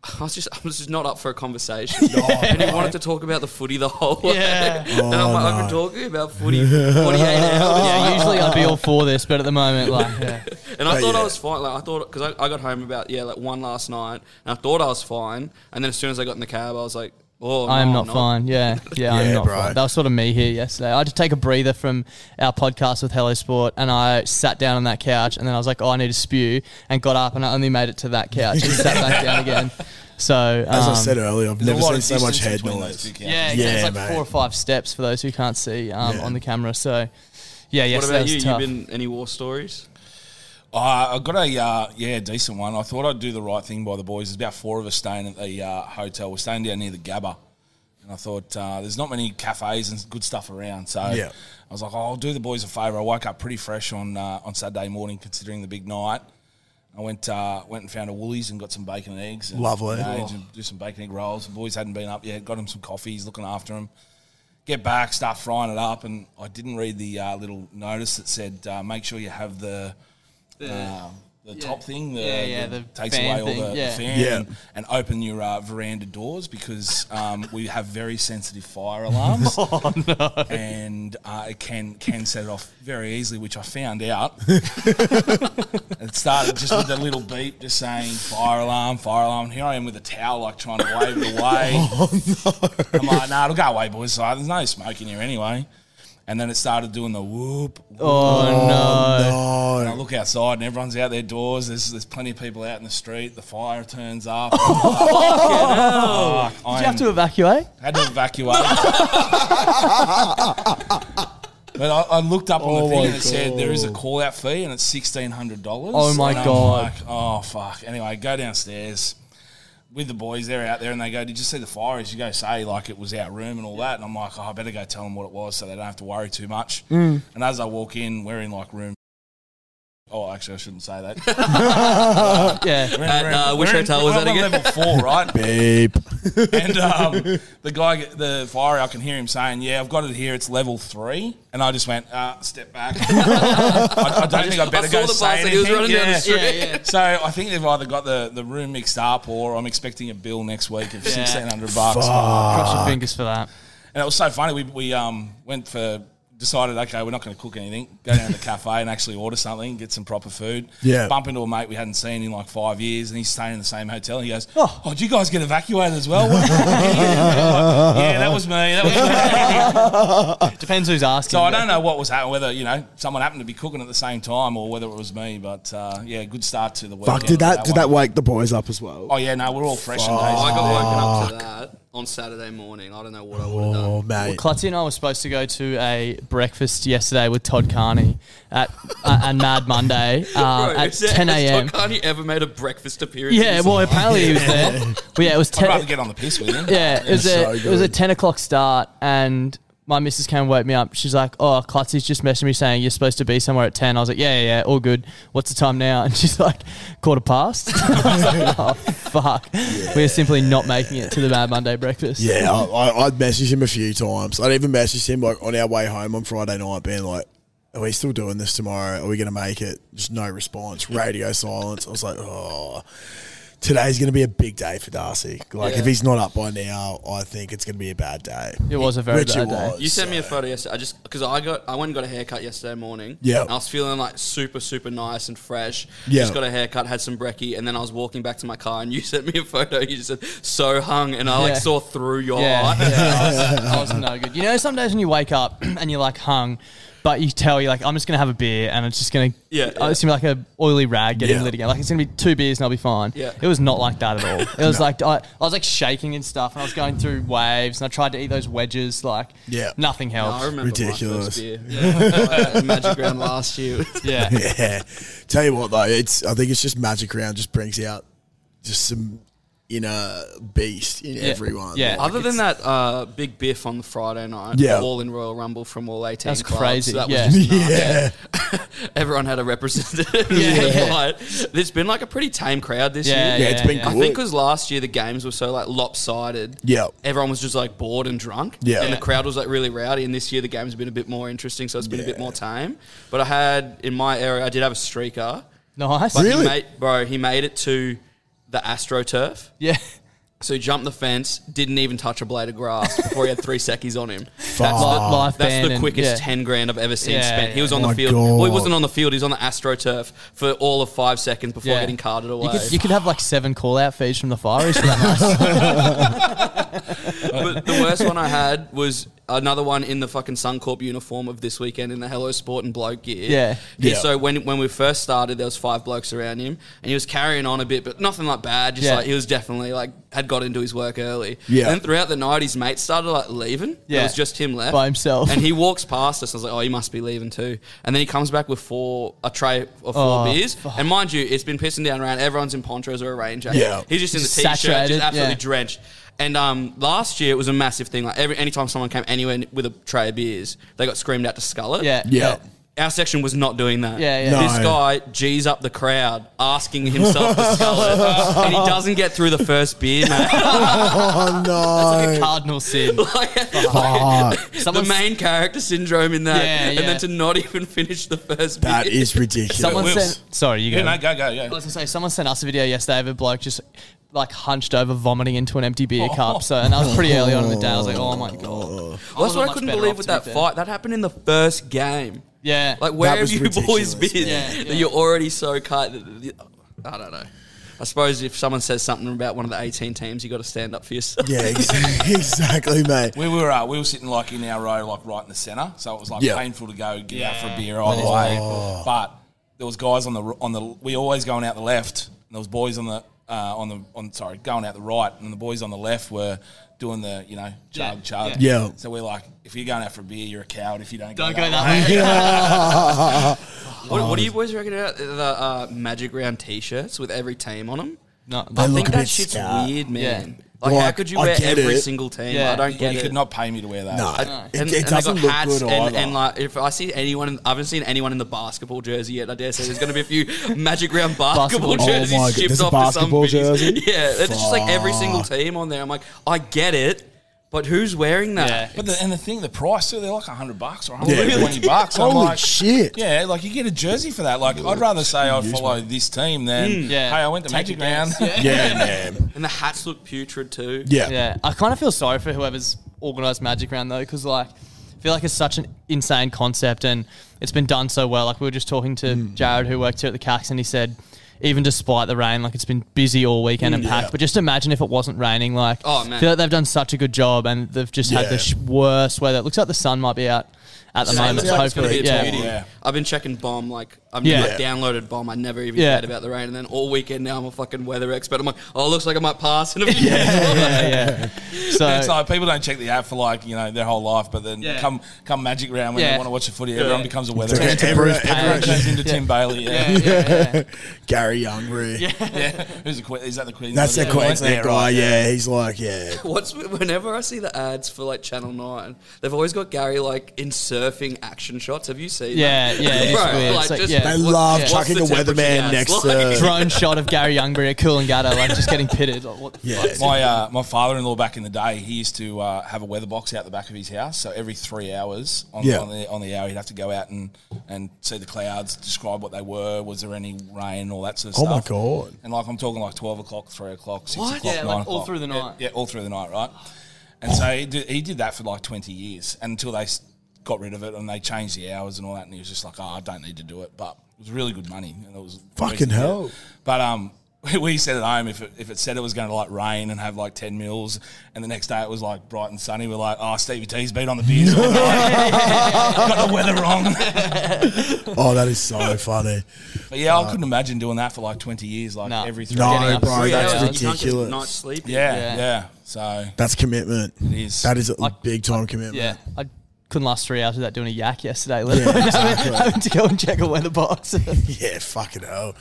Speaker 5: I was just I was just not up for
Speaker 6: [laughs]
Speaker 5: a conversation, and he wanted to talk about the footy the whole way.
Speaker 6: Yeah.
Speaker 5: and I'm like, I've been talking about footy for 48 hours.
Speaker 6: [laughs] Yeah, usually I'd be all for this, but at the moment,
Speaker 5: [laughs]
Speaker 6: like, yeah.
Speaker 5: And I
Speaker 4: But
Speaker 5: thought
Speaker 4: yeah.
Speaker 5: I was fine. Like I thought because I, I got home about yeah like one last night, and I thought I was fine. And then as soon as I got in the cab, I was like, oh,
Speaker 6: I am
Speaker 5: no,
Speaker 6: not
Speaker 5: I'm
Speaker 6: fine. Yeah, yeah,
Speaker 4: Yeah,
Speaker 6: I'm not
Speaker 4: bro.
Speaker 6: fine. That was sort of me here yesterday. I had to take a breather from our podcast with Hello Sport, and I sat down on that couch, and then I was like, oh, I need to spew, and got up, and I only made it to that couch and sat back down again. So,
Speaker 4: As I [laughs]
Speaker 6: um,
Speaker 4: said earlier, I've
Speaker 7: There's
Speaker 4: never
Speaker 7: a lot
Speaker 4: seen
Speaker 7: of
Speaker 4: so much
Speaker 7: distance
Speaker 4: head
Speaker 7: between those
Speaker 4: noise.
Speaker 7: two couches.
Speaker 6: Yeah,
Speaker 4: Yeah,
Speaker 6: yeah it's like
Speaker 4: mate.
Speaker 6: four or five steps for those who can't see um,
Speaker 4: Yeah.
Speaker 6: on the camera. So, yeah,
Speaker 5: What
Speaker 6: yesterday
Speaker 5: about
Speaker 6: was
Speaker 5: you? You
Speaker 6: tough.
Speaker 5: been any war stories?
Speaker 7: Uh, I got a uh, yeah decent one. I thought I'd do the right thing by the boys. There's about four of us staying at the uh, hotel. We're staying down near the Gabba, and I thought uh, there's not many cafes and good stuff around. So
Speaker 4: Yeah.
Speaker 7: I was like, oh, I'll do the boys a favour. I woke up pretty fresh on uh, on Saturday morning, considering the big night. I went uh, went and found a Woolies and got some bacon and eggs. And,
Speaker 4: Lovely. Oh.
Speaker 7: you know, and do some bacon egg rolls. The boys hadn't been up yet. Got them some coffees, looking after them. Get back, start frying it up, and I didn't read the uh, little notice that said uh, make sure you have the um, the top thing, the,
Speaker 6: Yeah, yeah,
Speaker 7: the
Speaker 6: the
Speaker 7: takes
Speaker 6: fan
Speaker 7: away all
Speaker 6: thing,
Speaker 7: the, the
Speaker 6: yeah.
Speaker 7: fan,
Speaker 4: Yeah.
Speaker 7: And, and open your uh, veranda doors because um, we have very sensitive fire alarms, and uh, it can can set it off very easily, which I found out. it started just with a little beep, just saying fire alarm, fire alarm. And here I am with a towel, like trying to wave it away. I'm like, nah, it'll go away, boys. So there's no smoke in here anyway. And then it started doing the whoop, and I look outside and everyone's out their doors. There's, there's plenty of people out in the street. The fire
Speaker 6: [laughs]
Speaker 7: turns up. Fuck, I
Speaker 6: Did you have
Speaker 7: am-
Speaker 6: to evacuate?
Speaker 7: had to evacuate. [laughs] but I, I looked up on
Speaker 4: Oh
Speaker 7: the thing
Speaker 4: my
Speaker 7: and it said there is a
Speaker 4: God.
Speaker 7: call out fee and it's sixteen hundred dollars.
Speaker 6: Oh my God.
Speaker 7: Like, oh fuck. Anyway, go downstairs with the boys. They're out there and they go, "Did you see the fire?" As you go say, like it was our room and all that. And I'm like, oh, I better go tell them what it was so they don't have to worry too much. And as I walk in, we're in like room. Oh, actually, I shouldn't say that.
Speaker 5: [laughs]
Speaker 6: Yeah.
Speaker 7: We're in-
Speaker 5: At,
Speaker 7: we're in-
Speaker 5: uh, which
Speaker 7: we're in-
Speaker 5: hotel was
Speaker 7: we're
Speaker 5: that
Speaker 7: on
Speaker 5: again?
Speaker 7: Level
Speaker 5: [laughs]
Speaker 7: four, right?
Speaker 4: Beep.
Speaker 7: and um, the guy, the fire, I can hear him saying, "Yeah, I've got it here. It's level three. And I just went, uh, "Step back." [laughs] I, I don't think I better
Speaker 5: I saw
Speaker 7: go
Speaker 5: the
Speaker 7: say
Speaker 5: bastard, he was
Speaker 7: anything.
Speaker 5: running down the street.
Speaker 6: Yeah, yeah.
Speaker 7: [laughs] So I think they've either got the, the room mixed up, or I'm expecting a bill next week of sixteen hundred bucks.
Speaker 6: Cross your fingers for that.
Speaker 7: And it was so funny. We, we um, went for decided okay, we're not going to cook anything. Go down to the cafe and actually order something, get some proper food.
Speaker 4: Yeah.
Speaker 7: Bump into a mate we hadn't seen in like five years, and he's staying in the same hotel. And he goes, "Oh,
Speaker 6: Oh.
Speaker 7: did you guys get evacuated as well?" [laughs] yeah, that was me. That
Speaker 4: [laughs]
Speaker 7: was me.
Speaker 6: Depends who's asking.
Speaker 7: so I
Speaker 6: but-
Speaker 7: don't know what was happening. Whether you know someone happened to be cooking at the same time, or whether it was me. But uh, yeah, good start to the week.
Speaker 4: Fuck, did that, did that wake the boys up as well?
Speaker 7: Oh yeah, no, we're all fresh and
Speaker 5: Oh, I
Speaker 7: days.
Speaker 5: got woken up to that on Saturday morning. I don't know what I would have done.
Speaker 4: Oh, mate.
Speaker 6: Clutzy and I were supposed to go to a breakfast yesterday with Todd Carney at uh, and Mad Monday uh,
Speaker 5: Bro,
Speaker 6: at
Speaker 5: is there-
Speaker 6: 10
Speaker 5: has
Speaker 6: a.m.
Speaker 5: Todd Carney ever made a breakfast appearance? in
Speaker 6: Yeah,
Speaker 5: his
Speaker 6: well,
Speaker 5: life?
Speaker 6: apparently he was there. But yeah, it was 10,
Speaker 7: I'd rather get on the piss with him.
Speaker 6: Yeah, it was, a,
Speaker 4: so
Speaker 6: it was a
Speaker 4: good.
Speaker 6: 10 o'clock start, and my missus came and woke me up. She's like, Oh, Clutzy's just messaged me saying you're supposed to be somewhere at 10. I was like, Yeah, yeah, yeah, all good. What's the time now? [laughs] And she's like, Quarter past. [laughs] I was like, oh, fuck. We're simply not making it to the Mad Monday breakfast.
Speaker 4: Yeah, I, I, I'd messaged him a few times. I'd even messaged him like on our way home on Friday night, being like, "Are we still doing this tomorrow? Are we going to make it?" Just no response. Radio silence. I was like, "Oh." today's going to be a big day for Darcy. Like, if he's not up by now, I think it's going to be a bad day.
Speaker 6: It was a very
Speaker 4: Which
Speaker 6: bad
Speaker 4: it
Speaker 6: day.
Speaker 4: was,
Speaker 5: You sent me a
Speaker 4: so-
Speaker 5: photo yesterday. I just because I got I went and got a haircut yesterday morning.
Speaker 4: Yeah.
Speaker 5: And I was feeling like super super nice and fresh.
Speaker 4: Yeah.
Speaker 5: Just got a haircut, had some brekkie, and then I was walking back to my car, and you [laughs] sent me a photo. You just said so hung, and I like
Speaker 6: Yeah.
Speaker 5: saw through your
Speaker 6: Yeah,
Speaker 5: [laughs] eye.
Speaker 6: yeah, I, was, I was no good. You know, some days when you wake up [clears throat] and you're like hung, but you tell you're like, I'm just gonna have a beer and it's just gonna
Speaker 5: Yeah,
Speaker 6: uh,
Speaker 5: yeah.
Speaker 6: it's gonna be like a oily rag getting
Speaker 4: Yeah.
Speaker 6: lit again. Like it's gonna be two beers and I'll be fine.
Speaker 5: Yeah.
Speaker 6: it was not like that at all. It
Speaker 5: [laughs]
Speaker 6: was like I, I was like shaking and stuff, and I was going through waves, and I tried to eat those wedges. Like
Speaker 4: Yeah.
Speaker 6: nothing
Speaker 5: I
Speaker 6: helped.
Speaker 5: remember my
Speaker 4: Ridiculous. [laughs]
Speaker 5: first beer. Yeah. [laughs] Uh, Magic round last year.
Speaker 6: yeah,
Speaker 4: Yeah. Tell you what though, it's I think it's just Magic Round just brings out just some inner beast in everyone.
Speaker 6: Yeah.
Speaker 5: [laughs]
Speaker 4: Like,
Speaker 5: [laughs] Other than that, uh, big biff on the Friday night.
Speaker 4: Yeah.
Speaker 5: All in Royal Rumble from all eighteen.
Speaker 6: That's
Speaker 5: clubs.
Speaker 6: crazy,
Speaker 5: That
Speaker 6: yeah.
Speaker 5: was just nuts.
Speaker 4: yeah.
Speaker 5: Everyone had a representative. [laughs] yeah. There's been like a pretty tame crowd this
Speaker 6: Yeah,
Speaker 5: year.
Speaker 4: Yeah, it's been
Speaker 6: yeah.
Speaker 5: I
Speaker 4: good.
Speaker 5: think because last year the games were so like lopsided.
Speaker 4: Yeah.
Speaker 5: Everyone was just like bored and drunk.
Speaker 4: Yeah.
Speaker 5: And the
Speaker 4: Yeah.
Speaker 5: crowd was like really rowdy. And this year the game's been a bit more interesting, so it's been a bit more tame. But I had in my area, I did have a streaker.
Speaker 6: nice.
Speaker 5: But he
Speaker 4: Really?
Speaker 5: made, bro, he made it to the AstroTurf.
Speaker 6: Yeah,
Speaker 5: So he jumped the fence, didn't even touch a blade of grass before he had three seckies
Speaker 4: [laughs]
Speaker 5: on him.
Speaker 4: Fuck. Oh
Speaker 5: That's the,
Speaker 6: Life
Speaker 5: that's
Speaker 6: band
Speaker 5: the
Speaker 6: and-
Speaker 5: quickest
Speaker 6: yeah.
Speaker 5: 10 grand I've ever seen
Speaker 6: Yeah,
Speaker 5: spent. He
Speaker 6: yeah.
Speaker 5: was on the
Speaker 4: my
Speaker 5: field. Well, he
Speaker 4: God.
Speaker 5: wasn't on the field. He was on the AstroTurf for all of five seconds before
Speaker 6: yeah.
Speaker 5: getting carted away.
Speaker 6: You could, you could have like seven call out fees from the Fire East for that nice.
Speaker 5: But the worst one I had was another one in the fucking Suncorp uniform of this weekend in the Hello Sport and bloke gear.
Speaker 6: Yeah.
Speaker 5: He-
Speaker 4: Yeah.
Speaker 5: So when when we first started, there was five blokes around him, and he was carrying on a bit, but nothing like bad. Just
Speaker 6: Yeah.
Speaker 5: like he was definitely like had got into his work early.
Speaker 4: Yeah.
Speaker 5: And then throughout the night, his mates started like leaving. Yeah.
Speaker 6: Yeah.
Speaker 5: It was just him left
Speaker 6: By himself.
Speaker 5: And he walks past us. And I was like, oh, he must be leaving too. And then he comes back with four a tray of four
Speaker 6: Oh,
Speaker 5: beers. And mind you, it's been pissing down around. Everyone's in ponchos or a rain jacket.
Speaker 4: Yeah.
Speaker 5: He's just in the
Speaker 6: Just
Speaker 5: t-shirt,
Speaker 6: saturated,
Speaker 5: just absolutely
Speaker 6: yeah.
Speaker 5: drenched. And um, last year it was a massive thing. Like every anytime someone came anywhere n- with a tray of beers, they got screamed at to scull it.
Speaker 6: Yeah,
Speaker 4: Yeah.
Speaker 5: Our section was not doing that.
Speaker 6: Yeah, yeah.
Speaker 5: This
Speaker 4: No.
Speaker 5: guy G's up the crowd, asking himself to scull
Speaker 4: [laughs]
Speaker 5: it, and he doesn't get through the first beer, man. [laughs]
Speaker 4: Oh
Speaker 6: Like a
Speaker 4: no.
Speaker 6: cardinal sin.
Speaker 5: like,
Speaker 4: Fuck.
Speaker 5: the
Speaker 6: Someone's-
Speaker 5: main character syndrome in that,
Speaker 6: Yeah,
Speaker 5: and
Speaker 6: yeah.
Speaker 5: then to not even finish the first
Speaker 4: That
Speaker 5: beer.
Speaker 4: is ridiculous.
Speaker 6: Someone
Speaker 7: Wills.
Speaker 6: sent. Sorry, you go.
Speaker 7: Yeah, no, go, go,
Speaker 6: I
Speaker 7: go.
Speaker 6: was gonna say someone sent us a video yesterday of a bloke just like hunched over vomiting into an empty beer cup. So and I was pretty early on in the day. I was like, oh my god.
Speaker 5: Well, that's
Speaker 6: wasn't
Speaker 5: what I
Speaker 6: much
Speaker 5: couldn't
Speaker 6: better
Speaker 5: believe
Speaker 6: off,
Speaker 5: with
Speaker 6: to be
Speaker 5: that
Speaker 6: fair.
Speaker 5: fight. That happened in the first game.
Speaker 6: Yeah.
Speaker 5: Like, where have
Speaker 4: was
Speaker 5: you [laughs]
Speaker 4: ridiculous,
Speaker 5: boys been
Speaker 6: man. Yeah,
Speaker 5: that
Speaker 6: yeah.
Speaker 5: you're already so cut? I don't know. I suppose if someone says something about one of the 18 teams, you got to stand up for yourself.
Speaker 4: Yeah, exactly, [laughs] exactly mate.
Speaker 7: We were uh, we were sitting like in our row, like right in the centre, so it was like
Speaker 4: Yeah. Oh.
Speaker 7: painful to go get out for a beer either way. But there was guys on the r- on the we always going out the left, and there was boys on the uh, on the on sorry going out the right, and the boys on the left were doing the you know chug chug.
Speaker 4: Yeah. Yeah.
Speaker 7: So we're like, if you're going out for a beer, you're a coward. If you don't,
Speaker 6: Don't
Speaker 7: go,
Speaker 6: go
Speaker 7: that
Speaker 6: that way.
Speaker 5: [laughs] What, what do
Speaker 4: Oh.
Speaker 5: you boys reckon about the uh, Magic Round T-shirts with every team on them?
Speaker 6: No,
Speaker 5: I
Speaker 4: look
Speaker 5: think
Speaker 4: a
Speaker 5: that
Speaker 4: bit
Speaker 5: shit's
Speaker 4: scarred.
Speaker 5: weird, man.
Speaker 6: Yeah.
Speaker 5: Like, how
Speaker 4: Like,
Speaker 5: could you
Speaker 4: I
Speaker 5: wear
Speaker 4: get
Speaker 5: every
Speaker 4: it.
Speaker 5: single team?
Speaker 6: Yeah.
Speaker 5: I don't
Speaker 7: way.
Speaker 5: get
Speaker 7: You
Speaker 5: it.
Speaker 7: could not pay me to wear that.
Speaker 4: No,
Speaker 5: I-
Speaker 4: it,
Speaker 5: and,
Speaker 4: it
Speaker 5: and they
Speaker 4: doesn't
Speaker 5: got
Speaker 4: look
Speaker 5: hats
Speaker 4: good
Speaker 5: and,
Speaker 7: either.
Speaker 5: and like if I see anyone, I haven't seen anyone in the basketball jersey yet. I dare say there's going to be
Speaker 4: [laughs]
Speaker 5: a few magic round basketball,
Speaker 6: Basketball. Oh
Speaker 5: jerseys
Speaker 4: my God,
Speaker 5: shipped
Speaker 4: there's a
Speaker 5: off
Speaker 4: basketball
Speaker 5: to some
Speaker 4: jersey?
Speaker 5: [laughs] Yeah, it's just like every single team on there. I'm like, I get it, but who's wearing that?
Speaker 7: But the, and the thing, the price too, they're like hundred bucks or hundred
Speaker 4: Yeah.
Speaker 7: and twenty bucks. I'm
Speaker 4: Holy
Speaker 7: like,
Speaker 4: shit.
Speaker 7: Yeah, like you get a jersey for that. Like I'd rather say I follow this team than
Speaker 6: Yeah.
Speaker 7: hey, I went to
Speaker 6: Take
Speaker 7: Magic
Speaker 6: a
Speaker 7: Round.
Speaker 6: guess.
Speaker 7: [laughs]
Speaker 4: Yeah, man.
Speaker 5: And the hats look putrid too.
Speaker 4: Yeah.
Speaker 6: Yeah, I kind of feel sorry for whoever's organised Magic Round though, because like I feel like it's such an insane concept and it's been done so well. Like we were just talking to
Speaker 5: Mm.
Speaker 6: Jared who works here at the Cax, and he said even despite the rain, like it's been busy all weekend and packed. But just imagine if it wasn't raining. Like
Speaker 5: Mm, Oh, man.
Speaker 6: I feel like they've done such a good job and they've just had
Speaker 4: Yeah.
Speaker 6: the sh- worst weather. It looks like the sun might be out at the
Speaker 5: Same
Speaker 6: moment.
Speaker 5: looks like it's gonna
Speaker 6: hopefully,
Speaker 5: be a
Speaker 6: yeah.
Speaker 5: beauty.
Speaker 7: Yeah.
Speaker 5: I've been checking bomb like I've
Speaker 6: Yeah.
Speaker 5: like, downloaded bomb. I never even
Speaker 6: Yeah.
Speaker 5: cared about the rain, and then all weekend now I'm a fucking weather expert. I'm like, oh, looks like I might
Speaker 4: [laughs]
Speaker 5: pass in a few.
Speaker 6: yeah,
Speaker 5: [laughs]
Speaker 6: yeah. So
Speaker 7: It's like people don't check the app for like you know their whole life, but then
Speaker 6: Yeah.
Speaker 7: come come Magic Round when
Speaker 6: Yeah.
Speaker 7: they want to watch the footy, everyone becomes a weather.
Speaker 4: Turns
Speaker 7: expert.
Speaker 4: into Bruce Payne.
Speaker 7: Everyone turns into Tim Bailey. Yeah, [laughs] yeah.
Speaker 4: [laughs] Gary Young, really.
Speaker 7: [laughs] Who's the que- is that the Queen?
Speaker 4: That's
Speaker 7: the
Speaker 4: the Queensland
Speaker 7: Yeah,
Speaker 4: guy.
Speaker 7: right,
Speaker 4: yeah. he's like, yeah.
Speaker 5: What's whenever I see the ads for like Channel Nine, they've always got Gary like in surfing action shots. Have you seen?
Speaker 6: Yeah,
Speaker 5: that?
Speaker 6: yeah, it is
Speaker 5: Bro,
Speaker 6: weird.
Speaker 5: like
Speaker 6: It's like-
Speaker 5: just
Speaker 6: Yeah.
Speaker 4: They
Speaker 5: What-
Speaker 4: love
Speaker 5: what's
Speaker 4: chucking
Speaker 5: the
Speaker 4: a
Speaker 5: temperature
Speaker 4: weatherman
Speaker 5: now?
Speaker 4: next
Speaker 5: It's
Speaker 4: to.
Speaker 5: like-
Speaker 6: drone shot of Gary Youngbury at Coolangatta, like just getting pitted. Like, what the
Speaker 4: Yeah.
Speaker 6: fuck?
Speaker 4: [laughs]
Speaker 7: My uh, my father-in-law back in the day, he used to uh, have a weather box out the back of his house. So every three hours on,
Speaker 4: Yeah.
Speaker 7: on the on the hour, he'd have to go out and, and see the clouds, describe what they were, was there any rain, all that sort of
Speaker 4: Oh my
Speaker 7: stuff.
Speaker 4: God.
Speaker 7: And like I'm talking like twelve o'clock, three o'clock, six
Speaker 6: What?
Speaker 7: o'clock,
Speaker 6: Yeah, like
Speaker 7: nine
Speaker 6: all
Speaker 7: o'clock.
Speaker 6: through the
Speaker 7: Yeah,
Speaker 6: night.
Speaker 7: Yeah, all through the night, right? And so he did, he did that for like twenty years until they s- got rid of it and they changed the hours and all that. And he was just like, "Oh, I don't need to do it," but it was really good money and it was
Speaker 4: Fucking hell.
Speaker 7: but um, [laughs] we said at home if it, if it said it was going to like rain and have like ten mils, and the next day it was like bright and sunny, we're like, oh, Stevie T's been on the
Speaker 4: [laughs]
Speaker 7: beers, all night. got the weather wrong. [laughs]
Speaker 4: Oh, that is so funny.
Speaker 7: but yeah, I couldn't imagine doing that for like twenty years, like
Speaker 6: No.
Speaker 7: every three.
Speaker 4: No,
Speaker 7: days.
Speaker 6: up
Speaker 4: bro,
Speaker 6: three
Speaker 4: Oh, that's
Speaker 6: hours.
Speaker 5: You can't get
Speaker 4: ridiculous.
Speaker 5: Night sleep.
Speaker 7: Yeah,
Speaker 6: Yeah.
Speaker 7: yeah, So
Speaker 4: That's commitment. It
Speaker 7: is.
Speaker 4: That is a
Speaker 6: Like-
Speaker 4: big time commitment.
Speaker 6: Yeah. I couldn't last three hours without doing a yak yesterday. Let
Speaker 4: Yeah,
Speaker 6: alone [laughs]
Speaker 4: exactly.
Speaker 6: having to go and check a weather box.
Speaker 4: [laughs]
Speaker 6: [laughs]
Speaker 4: Yeah, fucking hell.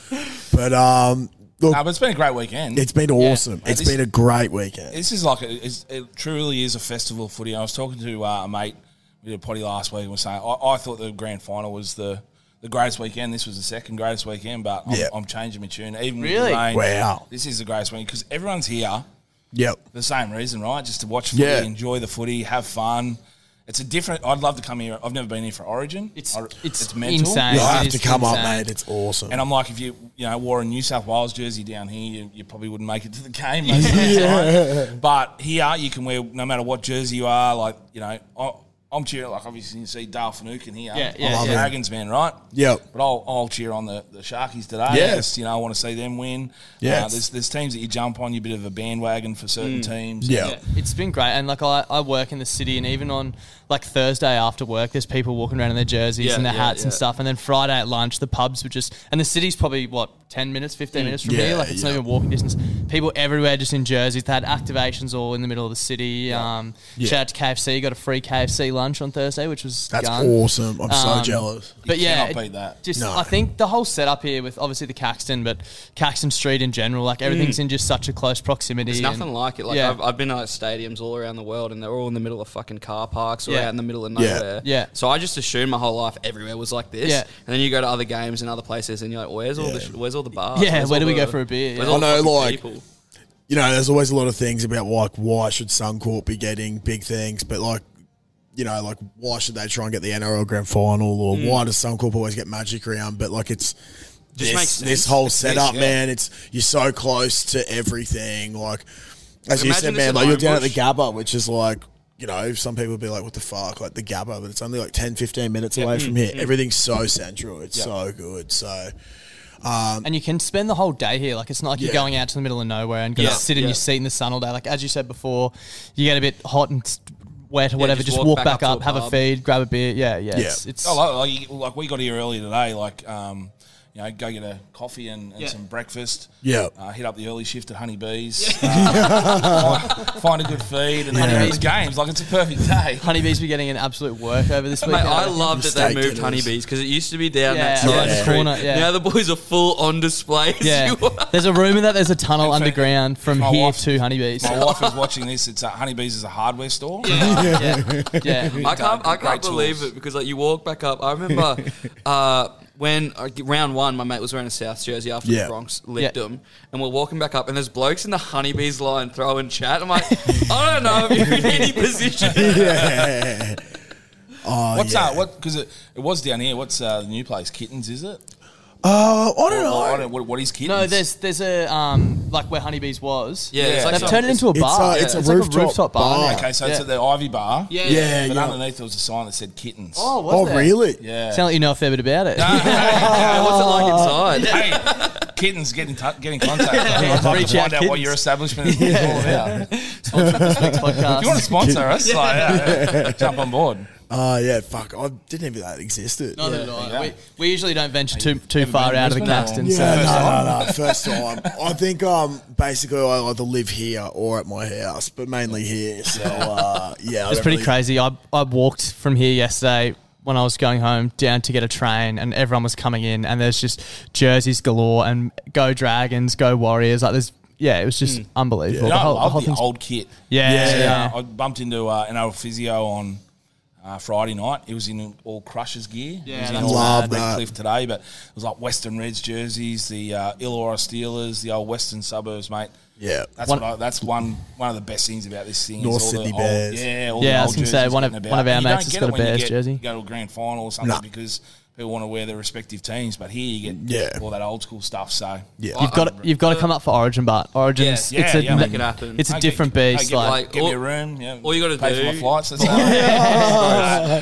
Speaker 4: But um, look,
Speaker 7: no, but it's been a great weekend.
Speaker 4: it's been awesome.
Speaker 7: Yeah.
Speaker 4: It's
Speaker 7: This-
Speaker 4: been a great weekend.
Speaker 7: This is like a, it's, it truly is a festival of footy. I was talking to uh, a mate we did a potty last week and was saying I, I thought the grand final was the the greatest weekend. This was the second greatest weekend, but I'm,
Speaker 4: Yeah.
Speaker 7: I'm changing my tune. Even with
Speaker 6: Really?
Speaker 7: the rain,
Speaker 4: Wow.
Speaker 7: this is the greatest weekend because everyone's here
Speaker 4: Yep.
Speaker 7: for the same reason, right? Just to watch footy,
Speaker 4: Yeah.
Speaker 7: enjoy the footy, have fun. It's a different. I'd love to come here. I've never been here for Origin.
Speaker 6: It's-
Speaker 7: I-
Speaker 6: it's insane.
Speaker 4: You
Speaker 6: it
Speaker 4: have
Speaker 6: is
Speaker 4: to come up,
Speaker 6: insane.
Speaker 4: mate. It's awesome. [laughs]
Speaker 7: And I'm like, if you you know wore a New South Wales jersey down here, you, you probably wouldn't make it to the
Speaker 4: [laughs]
Speaker 7: game. Most of the time. But here, you can wear no matter what jersey you are. Like you know, I, I'm cheering. Like obviously, you see Dale Finucane here.
Speaker 6: Yeah, yeah, I love
Speaker 7: I'm a
Speaker 6: him.
Speaker 7: Dragons man, right?
Speaker 4: Yep.
Speaker 7: But I'll, I'll cheer on the, the Sharkies today.
Speaker 4: Yeah.
Speaker 7: Just, you know, I want to see them win.
Speaker 4: Yeah.
Speaker 7: Uh, there's there's teams that you jump on. You're a bit of a bandwagon for certain
Speaker 6: Mm.
Speaker 7: teams.
Speaker 4: yeah.
Speaker 6: Yeah, it's been great. And like I, I work in the city, and even on like Thursday after work, there's people walking around in their jerseys
Speaker 5: Yeah,
Speaker 6: and their
Speaker 5: yeah,
Speaker 6: hats and
Speaker 5: yeah.
Speaker 6: stuff. And then Friday at lunch, the pubs were just and the city's probably what ten minutes, fifteen minutes from
Speaker 4: Yeah,
Speaker 6: here. Like it's not
Speaker 4: yeah.
Speaker 6: even walking distance. People everywhere just in jerseys. They had activations all in the middle of the city. Um, Shout out to KFC. Got a free KFC lunch on Thursday, which was
Speaker 4: That's
Speaker 6: gun.
Speaker 4: awesome. I'm so
Speaker 6: Um,
Speaker 4: jealous.
Speaker 6: But yeah,
Speaker 7: cannot
Speaker 6: it-
Speaker 7: beat that.
Speaker 6: Just
Speaker 4: No.
Speaker 6: I think the whole setup here with obviously the Caxton, but Caxton Street in general, like everything's in just such a close proximity.
Speaker 5: Mm. There's
Speaker 6: and-
Speaker 5: nothing like it. Like
Speaker 6: Yeah.
Speaker 5: I've, I've been at stadiums all around the world, and they're all in the middle of fucking car parks or
Speaker 6: Yeah.
Speaker 5: out in the middle of
Speaker 4: Yeah.
Speaker 5: nowhere.
Speaker 6: Yeah.
Speaker 5: So I just assumed my whole life everywhere was like this.
Speaker 6: Yeah.
Speaker 5: And then you go to other games and other places, and you're like, where's all the sh- where's all the bars?
Speaker 6: Yeah,
Speaker 5: Where's
Speaker 6: where
Speaker 5: all
Speaker 6: do we
Speaker 5: the-
Speaker 6: go for a beer?
Speaker 5: where's
Speaker 6: Yeah.
Speaker 5: all the
Speaker 4: I know,
Speaker 5: fucking
Speaker 4: like-
Speaker 5: people?
Speaker 4: you know, there's always a lot of things about like why should Suncorp be getting big things, but like, you know, like why should they try and get the NRL grand final, or why does Suncorp always get magic round? But like, it's
Speaker 5: Mm. Just makes
Speaker 4: this
Speaker 5: sense.
Speaker 4: this whole
Speaker 5: It's
Speaker 4: setup,
Speaker 7: yeah.
Speaker 4: man. It's you're so close to everything, like as you
Speaker 5: imagine
Speaker 4: said,
Speaker 5: it's
Speaker 4: man.
Speaker 5: an
Speaker 4: Like you're down at the
Speaker 5: ambush.
Speaker 4: Gabba, which is like. You know, some people would be like, what the fuck? Like the Gabba, but it's only like 10, 15 minutes away
Speaker 5: Mm.
Speaker 4: from here. Everything's so central. It's so good.
Speaker 5: [laughs]
Speaker 4: So, [laughs]
Speaker 6: And you can spend the whole day here. Like it's not like you're
Speaker 4: Yeah.
Speaker 6: going out to the middle of nowhere and going
Speaker 5: Yeah.
Speaker 6: to sit in
Speaker 5: Yeah.
Speaker 6: your seat in the sun all day. Like as you said before, you get a bit hot and s- wet or whatever.
Speaker 5: just
Speaker 6: Just, walk,
Speaker 5: walk back
Speaker 6: back,
Speaker 5: up
Speaker 6: up,
Speaker 5: to a
Speaker 6: have a
Speaker 5: pub.
Speaker 6: feed, grab a beer. Yeah, yeah.
Speaker 4: Yeah.
Speaker 6: It's, it's
Speaker 7: Oh, like, like, like we got here earlier today, like um, you know, go get a coffee and, and
Speaker 5: Yeah.
Speaker 7: some breakfast.
Speaker 4: Yeah.
Speaker 7: uh, hit up the early shift at Honey Bees. uh, [laughs] find, find a good feed and Honey Bees games. Like it's a perfect day.
Speaker 6: honeybees be getting an absolute work over this
Speaker 5: [laughs] Mate,
Speaker 6: weekend.
Speaker 5: I love that
Speaker 4: Steak
Speaker 5: they moved
Speaker 4: dinners.
Speaker 5: honeybees because it used to be down
Speaker 6: Yeah,
Speaker 5: that side
Speaker 4: yeah.
Speaker 5: street.
Speaker 6: corner, yeah.
Speaker 5: Now the boys are full on display. as
Speaker 6: Yeah,
Speaker 5: [laughs] you are.
Speaker 6: [laughs] there's a rumor that there's a tunnel
Speaker 7: fact,
Speaker 6: underground from
Speaker 7: my
Speaker 6: here
Speaker 7: wife-
Speaker 6: to honeybees.
Speaker 7: My wife is watching this. It's uh, Honey Bees is a hardware store.
Speaker 6: yeah, yeah.
Speaker 7: [laughs]
Speaker 5: I can't, I
Speaker 7: Great
Speaker 5: can't believe
Speaker 7: tools.
Speaker 5: it because like you walk back up. I remember uh, when uh, round one, my mate was wearing a South jersey after
Speaker 4: Yeah.
Speaker 5: the Bronx licked
Speaker 6: Yeah.
Speaker 5: him, and we're walking back up, and there's blokes in the honeybees line throwing chat. I'm like, I don't know if you're in any position.
Speaker 4: yeah. Oh,
Speaker 7: What's
Speaker 4: yeah.
Speaker 7: uh, what? Because it, it was down here. What's uh, the new place? Kittens, is it?
Speaker 4: Oh, I don't know.
Speaker 7: Or- I don't, what, what is kittens?
Speaker 6: No, there's there's a um like where honeybees was.
Speaker 5: Yeah, it's
Speaker 7: Yeah.
Speaker 5: like
Speaker 6: they've
Speaker 5: some-
Speaker 6: turned it into a
Speaker 4: It's
Speaker 6: bar.
Speaker 4: a- it's a
Speaker 6: like
Speaker 4: rooftop
Speaker 6: bar.
Speaker 4: bar.
Speaker 6: now.
Speaker 7: Oh, Okay, so
Speaker 6: yeah.
Speaker 7: it's at the Ivy Bar.
Speaker 5: Yeah, yeah.
Speaker 4: Yeah,
Speaker 7: But
Speaker 4: yeah.
Speaker 7: underneath there was a sign that said kittens.
Speaker 6: Oh, was
Speaker 4: Oh,
Speaker 6: there?
Speaker 4: really?
Speaker 6: [laughs]
Speaker 7: yeah. [laughs]
Speaker 6: Sound like you know a fair bit about it. [laughs]
Speaker 5: What's it like inside?
Speaker 7: hey, kittens, get in, t- get in contact. I'd love
Speaker 6: Reach
Speaker 7: to
Speaker 6: out,
Speaker 7: find out what
Speaker 6: kittens.
Speaker 7: your establishment is all about. If
Speaker 6: Podcast.
Speaker 7: [laughs] you want to sponsor us, like, yeah, jump on board.
Speaker 4: Oh, yeah, fuck. I didn't even know that existed.
Speaker 6: Not
Speaker 4: yeah.
Speaker 6: at all.
Speaker 7: Yeah.
Speaker 6: We, we usually don't venture too too
Speaker 7: Ever
Speaker 6: far
Speaker 7: been to
Speaker 6: out of the
Speaker 7: Brisbane?
Speaker 6: Caxton.
Speaker 7: No.
Speaker 6: so-
Speaker 4: Yeah, no, no, no. First time. I think um basically I either live here or at my house, but mainly here. So uh, yeah, I
Speaker 6: It's
Speaker 4: don't
Speaker 6: pretty
Speaker 4: really-
Speaker 6: crazy. I, I walked from here yesterday when I was going home down to get a train, and everyone was coming in, and there's just jerseys galore and go Dragons, go Warriors. Like there's yeah, it was just unbelievable.
Speaker 7: Hmm. You know,
Speaker 6: the whole,
Speaker 7: I
Speaker 6: the
Speaker 7: love
Speaker 6: whole
Speaker 7: the
Speaker 6: thing's-
Speaker 7: old kit.
Speaker 6: Yeah,
Speaker 7: So,
Speaker 6: yeah.
Speaker 7: uh, I bumped into uh, an old physio on uh, Friday night. He was in all Crushers gear.
Speaker 6: Yeah,
Speaker 7: he was in
Speaker 6: that's
Speaker 7: all
Speaker 4: Love
Speaker 7: uh,
Speaker 4: that.
Speaker 7: Redcliffe today, but it was like Western Reds jerseys, the uh, Illawarra Steelers, the old Western suburbs, mate.
Speaker 4: Yeah.
Speaker 7: that's
Speaker 6: One-
Speaker 7: what I, that's one one of the best things about this thing.
Speaker 4: North
Speaker 7: is all
Speaker 4: Sydney
Speaker 7: the old,
Speaker 4: Bears.
Speaker 7: Yeah, all
Speaker 6: Yeah, I was
Speaker 7: the
Speaker 6: gonna
Speaker 7: old jerseys
Speaker 6: say, one of-
Speaker 7: getting
Speaker 6: one of
Speaker 7: about.
Speaker 6: our
Speaker 7: You don't
Speaker 6: mates has
Speaker 7: get
Speaker 6: got
Speaker 7: it
Speaker 6: a
Speaker 7: when you
Speaker 6: Bears
Speaker 7: get-
Speaker 6: jersey.
Speaker 7: You go to a grand final or something
Speaker 4: Nah.
Speaker 7: because people want to wear their respective teams, but here you get
Speaker 4: Yeah.
Speaker 7: all that old school stuff. So
Speaker 4: Yeah.
Speaker 6: You've got to, you've got to come up for Origin, but Origins
Speaker 7: Yeah,
Speaker 6: it's
Speaker 7: yeah,
Speaker 6: a
Speaker 7: yeah, make it
Speaker 5: happen.
Speaker 6: it's a
Speaker 7: Hey,
Speaker 6: different
Speaker 7: get- hey,
Speaker 6: beast.
Speaker 7: get,
Speaker 6: like,
Speaker 7: like, get me a
Speaker 5: all-
Speaker 7: room. Yeah,
Speaker 5: all you gotta
Speaker 7: pay for
Speaker 5: do-
Speaker 7: my flights. [laughs] That's all.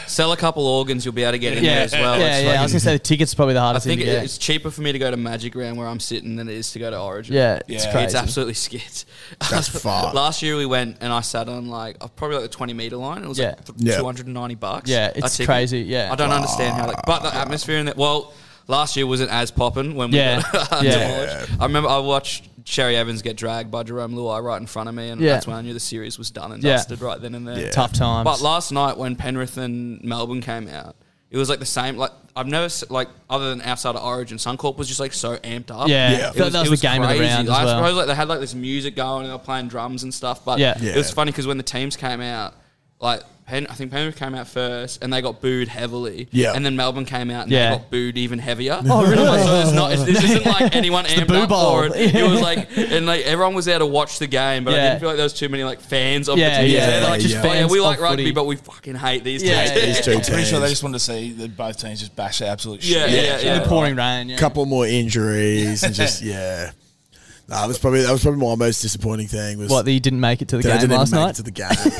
Speaker 5: Sell a couple organs, you'll be able to get in
Speaker 6: yeah,
Speaker 5: there as well.
Speaker 6: yeah,
Speaker 5: It's
Speaker 6: yeah. I was
Speaker 5: fucking-
Speaker 6: gonna say the tickets probably the
Speaker 5: I
Speaker 6: hardest
Speaker 5: think
Speaker 6: thing
Speaker 5: it,
Speaker 6: to get.
Speaker 5: it's cheaper for me to go to Magic Round where I'm sitting than it is to go to Origin.
Speaker 6: yeah, it's
Speaker 7: Yeah.
Speaker 6: crazy.
Speaker 5: It's absolutely skit. [laughs]
Speaker 4: That's far.
Speaker 5: Last year we went and I sat on like uh, probably like the twenty meter line. It was
Speaker 6: Yeah.
Speaker 5: like th-
Speaker 4: Yeah.
Speaker 5: 290 bucks.
Speaker 6: Yeah,
Speaker 5: a
Speaker 6: it's
Speaker 5: ticket.
Speaker 6: crazy, yeah.
Speaker 5: I don't understand how like, but the atmosphere in that. Well, last year wasn't as popping when we
Speaker 6: Yeah.
Speaker 5: got [laughs]
Speaker 6: Yeah.
Speaker 5: demolished. I remember I watched Sherry Evans get dragged by Jerome Luai right in front of me, and
Speaker 6: Yeah.
Speaker 5: that's when I knew the series was done and
Speaker 6: Yeah.
Speaker 5: dusted right then and there.
Speaker 4: Yeah.
Speaker 6: Tough times.
Speaker 5: But last night when Penrith and Melbourne came out, it was like the same. Like I've never s- like other than outside of Origin, Suncorp was just like so amped up.
Speaker 6: Yeah.
Speaker 4: Yeah.
Speaker 6: Felt that was the game of the round as
Speaker 5: I
Speaker 6: well.
Speaker 5: suppose like they had like this music going and they were playing drums and stuff. But
Speaker 6: Yeah.
Speaker 5: it was
Speaker 4: Yeah.
Speaker 5: funny because when the teams came out, like Pen, I think Penrith came out first and they got booed heavily.
Speaker 4: Yeah.
Speaker 5: and then Melbourne came out and
Speaker 6: Yeah.
Speaker 5: they got booed even heavier. Oh really? so
Speaker 6: [laughs]
Speaker 5: it's not. This isn't like anyone
Speaker 6: the
Speaker 5: amped
Speaker 6: boo
Speaker 5: up
Speaker 6: bowl.
Speaker 5: for it. It was like and like everyone was there to watch the game, but I
Speaker 6: Yeah.
Speaker 5: didn't feel like there was too many like fans of
Speaker 6: yeah,
Speaker 5: the teams.
Speaker 6: yeah,
Speaker 5: They're
Speaker 4: yeah,
Speaker 5: like,
Speaker 6: like just
Speaker 4: yeah.
Speaker 5: "Oh, yeah,
Speaker 6: fans
Speaker 5: we like
Speaker 6: of
Speaker 5: rugby,
Speaker 6: footy.
Speaker 5: but we fucking hate these
Speaker 6: Yeah,
Speaker 5: teams.
Speaker 6: yeah,
Speaker 5: [laughs]
Speaker 4: These two
Speaker 7: Pretty sure they
Speaker 4: teams.
Speaker 7: just wanted to see that both teams just bash the absolute
Speaker 5: Yeah,
Speaker 7: shit.
Speaker 5: yeah, yeah.
Speaker 6: in the pouring rain. Yeah.
Speaker 4: couple more injuries and just yeah. Nah, that's probably that was probably my most disappointing thing was
Speaker 6: What that you didn't make it to the
Speaker 4: that I
Speaker 6: game
Speaker 4: didn't
Speaker 6: last
Speaker 4: even make it
Speaker 6: night.
Speaker 4: to the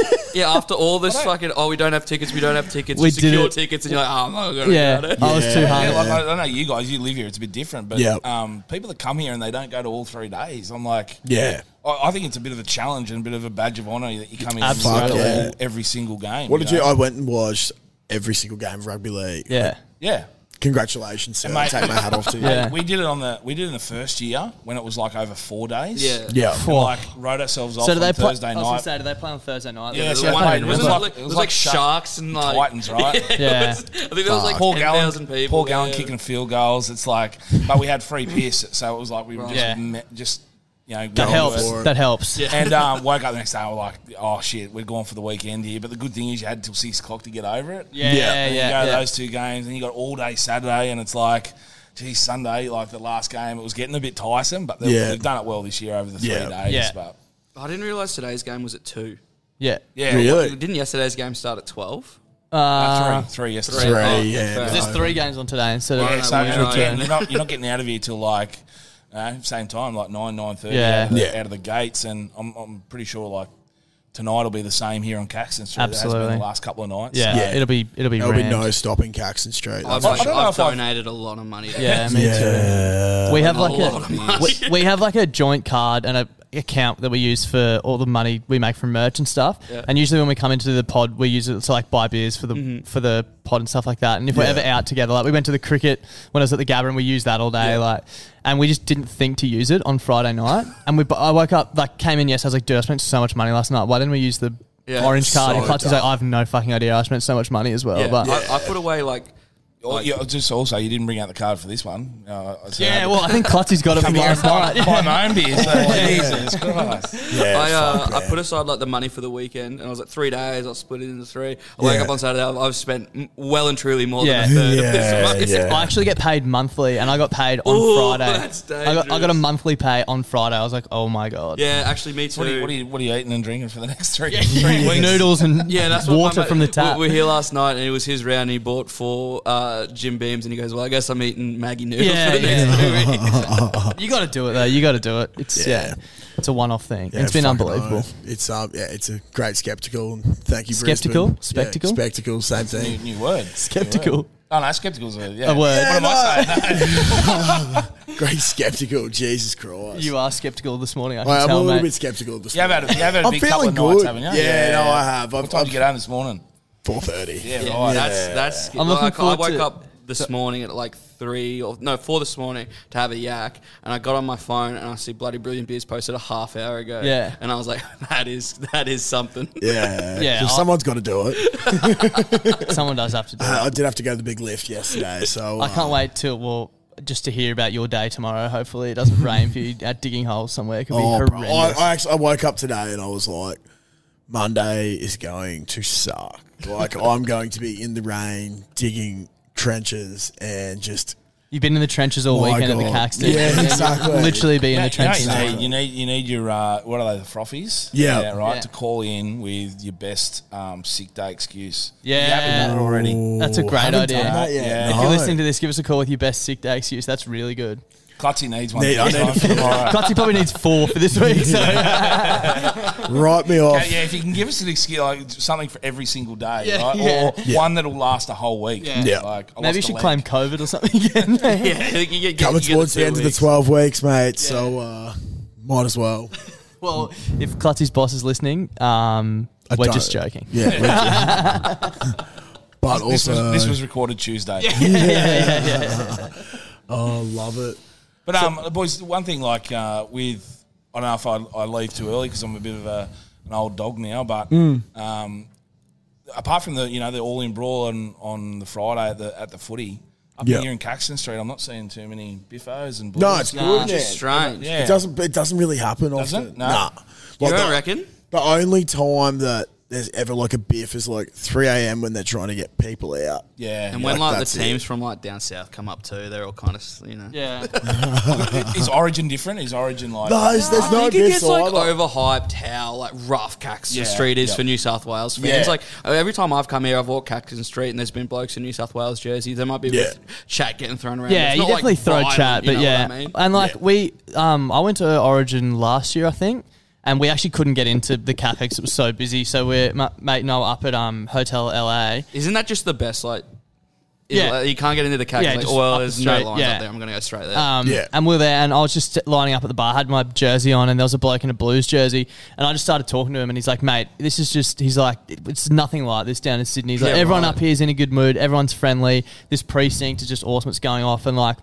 Speaker 4: game. [laughs]
Speaker 5: [laughs] Yeah, after all this fucking, oh, we don't have tickets, we don't have tickets,
Speaker 6: We
Speaker 5: we
Speaker 6: did
Speaker 5: secure
Speaker 6: it.
Speaker 5: tickets, and you're like, oh, I'm not going to
Speaker 6: yeah,
Speaker 5: go to it.
Speaker 6: I was too hard.
Speaker 7: Yeah, like, I don't know you guys. You live here; it's a bit different. But
Speaker 4: Yeah.
Speaker 7: um, people that come here and they don't go to all three days, I'm like,
Speaker 4: Yeah.
Speaker 7: I, I think it's a bit of a challenge and a bit of a badge of honour that you come in and go
Speaker 6: Absolutely.
Speaker 7: to
Speaker 4: Yeah.
Speaker 7: all, every single game.
Speaker 4: what did
Speaker 7: know?
Speaker 4: you? I went and watched every single game of rugby league.
Speaker 6: yeah,
Speaker 7: yeah,
Speaker 4: Congratulations, sir.
Speaker 7: And mate-
Speaker 4: Take my hat off to you.
Speaker 6: Yeah.
Speaker 7: we did it on the we did it in the first year when it was like over four days.
Speaker 5: Yeah.
Speaker 4: Yeah.
Speaker 7: And, like wrote ourselves off
Speaker 6: So do
Speaker 7: on
Speaker 6: they play?
Speaker 7: Thursday
Speaker 6: I was gonna
Speaker 7: night.
Speaker 6: say, do they play on Thursday night?
Speaker 7: Yeah,
Speaker 5: It was
Speaker 7: so I
Speaker 5: one-
Speaker 7: played
Speaker 5: it was
Speaker 7: Melbourne.
Speaker 5: like- it was
Speaker 7: It was
Speaker 5: like
Speaker 7: like
Speaker 5: sharks and like
Speaker 7: Titans, right?
Speaker 5: Yeah.
Speaker 6: Yeah.
Speaker 5: [laughs] I think there was like
Speaker 7: Paul Gallen,
Speaker 5: 10,000 people.
Speaker 7: Paul Gallen
Speaker 5: yeah.
Speaker 7: kicking field goals. It's like, but we had free piss, so it was like we were just,
Speaker 6: Yeah.
Speaker 7: me- just you know,
Speaker 6: that
Speaker 7: going
Speaker 6: helps.
Speaker 7: for it.
Speaker 6: That helps.
Speaker 7: And um, woke up the next day, I was like, oh shit, we're going for the weekend here. But the good thing is, you had till six o'clock to get over it.
Speaker 6: Yeah, yeah,
Speaker 7: And you
Speaker 6: yeah,
Speaker 7: go
Speaker 6: yeah.
Speaker 7: to those two games, and you got all day Saturday, and it's like, geez, Sunday, like the last game, it was getting a bit tiresome, but they've,
Speaker 4: Yeah.
Speaker 7: they've done it well this year over the three
Speaker 4: Yeah.
Speaker 7: days.
Speaker 6: Yeah.
Speaker 7: But
Speaker 5: I didn't realize today's game was at 2.
Speaker 6: Yeah.
Speaker 7: yeah,
Speaker 4: Really?
Speaker 5: Didn't yesterday's game start at 12?
Speaker 7: uh, three, three yesterday.
Speaker 4: Three,
Speaker 5: Oh,
Speaker 4: yeah.
Speaker 5: fair.
Speaker 6: There's three games on today instead of
Speaker 7: Yeah, so
Speaker 5: no,
Speaker 7: you're, not
Speaker 5: no,
Speaker 7: getting-
Speaker 5: yeah.
Speaker 7: you're not, you're not getting out of here till like uh, same time, like nine nine thirty.
Speaker 6: Yeah.
Speaker 7: Out, of the,
Speaker 4: Yeah.
Speaker 7: out of the gates, and I'm, I'm pretty sure like tonight will be the same here on Caxton Street. It has
Speaker 6: Absolutely.
Speaker 7: been the last couple of nights.
Speaker 6: yeah,
Speaker 4: Yeah.
Speaker 6: it'll be it'll be
Speaker 4: There'll be
Speaker 6: rammed.
Speaker 4: no stopping Caxton Street.
Speaker 5: I've,
Speaker 4: That's-
Speaker 7: I don't know
Speaker 5: I've
Speaker 7: if I've-
Speaker 5: donated a lot of money. [laughs]
Speaker 6: Yeah, me
Speaker 4: yeah.
Speaker 6: too. We have like
Speaker 5: lot of
Speaker 6: a we, we have like a joint card and a account that we use for all the money we make from merch and stuff. And usually when we come into the pod, we use it to like buy beers for the
Speaker 5: Mm-hmm.
Speaker 6: for the pod and stuff like that. And if we're
Speaker 4: Yeah.
Speaker 6: ever out together, like we went to the cricket when I was at the Gabba and we used that all day, like. And we just didn't think to use it on Friday
Speaker 5: [laughs]
Speaker 6: night. and we, but I woke up like came in yesterday. I was like, dude, I spent so much money last night. Why didn't we use the
Speaker 5: Yeah.
Speaker 6: orange card?
Speaker 4: So
Speaker 6: and Clutch is like, I have no fucking idea. I spent so much money as well,
Speaker 5: Yeah.
Speaker 6: Oh, but.
Speaker 5: I, I put away like.
Speaker 7: Oh,
Speaker 5: like
Speaker 7: yeah, just also, you didn't bring out the card for this one. Uh, so I
Speaker 6: [laughs]
Speaker 7: had
Speaker 6: Yeah,
Speaker 7: to
Speaker 6: well, I think Clutzy's got it
Speaker 7: come
Speaker 6: from
Speaker 7: here
Speaker 6: last night.
Speaker 7: and buy my own beer. So,
Speaker 6: [laughs]
Speaker 7: Jesus Christ.
Speaker 4: Yeah,
Speaker 5: I, uh,
Speaker 4: fuck,
Speaker 5: I
Speaker 4: man.
Speaker 5: put aside like the money for the weekend, and I was like three days. I split it into three. I wake
Speaker 4: Yeah.
Speaker 5: up on Saturday. I've, I've spent m- well and truly more
Speaker 6: Yeah.
Speaker 5: than a third of
Speaker 4: Yeah,
Speaker 5: this month.
Speaker 4: yeah.
Speaker 6: I actually get paid monthly, and I got paid on
Speaker 5: Ooh,
Speaker 6: Friday.
Speaker 5: that's
Speaker 6: I got, I got a
Speaker 5: dangerous.
Speaker 6: monthly pay on Friday. I was like, oh my god.
Speaker 5: [laughs] Yeah, actually, me too.
Speaker 7: What are, you, what, are you, what are you eating and drinking for the next three, three
Speaker 6: [laughs]
Speaker 7: weeks?
Speaker 6: Noodles and
Speaker 5: [laughs] Yeah, that's what
Speaker 6: water
Speaker 5: my mate-
Speaker 6: from the tap.
Speaker 5: We we were here last night, and it was his round. And he bought four uh, Jim Beams, and he goes, "Well, I guess I'm eating Maggie noodles
Speaker 6: Yeah,
Speaker 5: for the
Speaker 6: yeah.
Speaker 5: next two
Speaker 6: [laughs]
Speaker 5: weeks."
Speaker 6: you got to do it though. You got to do it. It's yeah.
Speaker 4: Yeah.
Speaker 6: it's a one-off thing.
Speaker 4: Yeah,
Speaker 6: it's been
Speaker 4: fucking
Speaker 6: unbelievable.
Speaker 4: oath. It's um, yeah, it's a great skeptical. and Thank you,
Speaker 6: Skeptical?
Speaker 4: Brisbane.
Speaker 6: Spectacle?
Speaker 4: yeah, spectacle, same
Speaker 7: New,
Speaker 4: thing.
Speaker 7: new word.
Speaker 6: [laughs] Skeptical.
Speaker 7: New word. Oh, no, skeptical's a, yeah.
Speaker 6: A word.
Speaker 7: What am I saying?
Speaker 4: Great skeptical, Jesus Christ.
Speaker 6: You are skeptical this morning. I can
Speaker 4: I am a
Speaker 6: tell,
Speaker 4: little
Speaker 6: mate.
Speaker 4: bit skeptical this
Speaker 7: You have
Speaker 4: morning.
Speaker 7: had a, you have had a
Speaker 4: I'm
Speaker 7: big couple
Speaker 4: feeling
Speaker 7: of nights,
Speaker 4: good.
Speaker 7: haven't you?
Speaker 4: Yeah, no, I have.
Speaker 7: What
Speaker 4: I've-
Speaker 7: time
Speaker 4: I've-
Speaker 7: did you get home this morning?
Speaker 4: Four thirty.
Speaker 7: Yeah,
Speaker 5: Yeah,
Speaker 7: right.
Speaker 5: That's that's.
Speaker 6: I'm
Speaker 5: like,
Speaker 6: looking
Speaker 5: I
Speaker 6: forward
Speaker 5: woke
Speaker 6: to-
Speaker 5: up this morning at like three or no four this morning to have a yak, and I got on my phone and I see bloody brilliant beers posted a half hour ago.
Speaker 6: Yeah.
Speaker 5: and I was like, [laughs] that is that is something.
Speaker 4: Yeah,
Speaker 6: Yeah,
Speaker 4: So
Speaker 6: I-
Speaker 4: someone's got to do it.
Speaker 6: Someone does have to do
Speaker 4: [laughs]
Speaker 6: it.
Speaker 4: Uh, I did have to go to the big lift yesterday, so
Speaker 6: I can't
Speaker 4: uh,
Speaker 6: wait till well. Just to hear about your day tomorrow. Hopefully, it doesn't rain for you at digging holes somewhere. It could be
Speaker 4: Oh, bro.
Speaker 6: horrendous.
Speaker 4: I, I actually I woke up today and I was like, Monday is going to suck.
Speaker 6: [laughs]
Speaker 4: Like I'm going to be in the rain digging trenches and just
Speaker 6: You've been in the trenches all
Speaker 4: My
Speaker 6: weekend at the
Speaker 4: God.
Speaker 6: Caxton. [laughs]
Speaker 4: Yeah, exactly.
Speaker 6: Literally be in the trenches.
Speaker 7: You, know, you, need, you need you need your uh, what are they the frothies?
Speaker 4: Yeah.
Speaker 7: right.
Speaker 6: Yeah.
Speaker 7: To call in with your best um, sick day excuse.
Speaker 6: Yeah.
Speaker 7: you haven't done it already.
Speaker 6: That's a great
Speaker 4: haven't
Speaker 6: idea.
Speaker 4: done that yet.
Speaker 7: Yeah.
Speaker 6: If
Speaker 4: No.
Speaker 6: you're listening to this, give us a call with your best sick day excuse. That's really good.
Speaker 7: Clutzy needs one.
Speaker 4: Need- I need a
Speaker 7: [laughs]
Speaker 4: few.
Speaker 7: tomorrow.
Speaker 6: Clutzy probably needs four for this week. So
Speaker 4: write me
Speaker 7: Yeah,
Speaker 4: off.
Speaker 7: yeah, if you can give us an excuse, like something for every single day,
Speaker 6: Yeah,
Speaker 7: right?
Speaker 6: yeah.
Speaker 7: Or one that'll last a whole week.
Speaker 6: Yeah.
Speaker 4: Yeah.
Speaker 7: Like, I
Speaker 6: maybe you
Speaker 7: lost a
Speaker 6: should
Speaker 7: leg.
Speaker 6: claim COVID or something
Speaker 4: [laughs]
Speaker 6: again.
Speaker 5: [laughs] Yeah, I think you get-
Speaker 4: Coming
Speaker 5: you get
Speaker 4: towards
Speaker 5: two
Speaker 4: the end of
Speaker 5: weeks.
Speaker 4: the twelve weeks, mate. So uh, might as well.
Speaker 6: well, if Clutzy's boss is listening, um,
Speaker 4: I
Speaker 6: we're
Speaker 4: don't-
Speaker 6: just joking.
Speaker 4: Yeah. we're
Speaker 6: [laughs]
Speaker 4: joking. [laughs] but
Speaker 7: This
Speaker 4: also,
Speaker 7: was, this was recorded Tuesday.
Speaker 4: oh, love it.
Speaker 7: But um, boys, one thing like uh, with I don't know if I, I leave too early because I'm a bit of a, an old dog now. But
Speaker 4: Hmm.
Speaker 7: um, apart from the you know the all in brawl on, on the Friday at the at the footy up
Speaker 4: Yeah.
Speaker 7: here in Caxton Street, I'm not seeing too many biffos and Um, blues.
Speaker 4: No, it's
Speaker 5: Nah,
Speaker 4: good.
Speaker 5: it's
Speaker 4: man.
Speaker 5: just strange.
Speaker 7: yeah.
Speaker 4: It doesn't. It doesn't really happen
Speaker 7: Doesn't?
Speaker 4: often.
Speaker 7: No.
Speaker 4: Nah.
Speaker 5: You
Speaker 4: Like,
Speaker 5: don't
Speaker 4: the-
Speaker 5: reckon?
Speaker 4: The only time that there's ever like a biff is like 3 a.m. when they're trying to get people out.
Speaker 7: yeah.
Speaker 5: And when
Speaker 4: Like,
Speaker 5: like the
Speaker 4: that's it.
Speaker 5: teams from like down south come up too, they're all kind of you know.
Speaker 6: Yeah.
Speaker 7: is Origin different? Is Origin like
Speaker 4: No, there's, there's
Speaker 5: I
Speaker 4: no
Speaker 5: think it
Speaker 4: biffs
Speaker 5: gets like
Speaker 4: either.
Speaker 5: overhyped how like rough Caxton
Speaker 7: Yeah,
Speaker 5: Street is
Speaker 7: yeah.
Speaker 5: for New South Wales fans.
Speaker 7: Yeah.
Speaker 5: Like every time I've come here, I've walked Caxton Street, and there's been blokes in New South Wales jerseys. There might be a bit
Speaker 4: Yeah.
Speaker 5: of chat getting thrown around.
Speaker 6: Yeah,
Speaker 5: It's
Speaker 6: you
Speaker 5: not, like,
Speaker 6: definitely throw
Speaker 5: violent,
Speaker 6: chat,
Speaker 5: you
Speaker 6: but
Speaker 5: know what I
Speaker 6: yeah,
Speaker 5: mean?
Speaker 6: and like we, um, I went to Origin last year, I think, and we actually couldn't get into the cafe because it was so busy. So we're ma- mate and I were up at um Hotel LA.
Speaker 5: Isn't that just the best? Like,
Speaker 6: Yeah.
Speaker 5: yeah, you can't get into the Caxton.
Speaker 6: Yeah,
Speaker 5: like,
Speaker 6: just
Speaker 5: oh, well,
Speaker 6: up the
Speaker 5: there's no
Speaker 6: street,
Speaker 5: lines
Speaker 6: yeah.
Speaker 5: up there. I'm gonna go straight there.
Speaker 6: Um,
Speaker 4: Yeah.
Speaker 6: And we were there, and I was just lining up at the bar. I had my jersey on, and there was a bloke in a Blues jersey, and I just started talking to him, and he's like, "Mate, this is just." He's like, "It's nothing like this down in Sydney." He's like,
Speaker 5: Yeah,
Speaker 6: "Everyone
Speaker 5: right.
Speaker 6: up here is in a good mood. Everyone's friendly. This precinct is just awesome. It's going off, and like,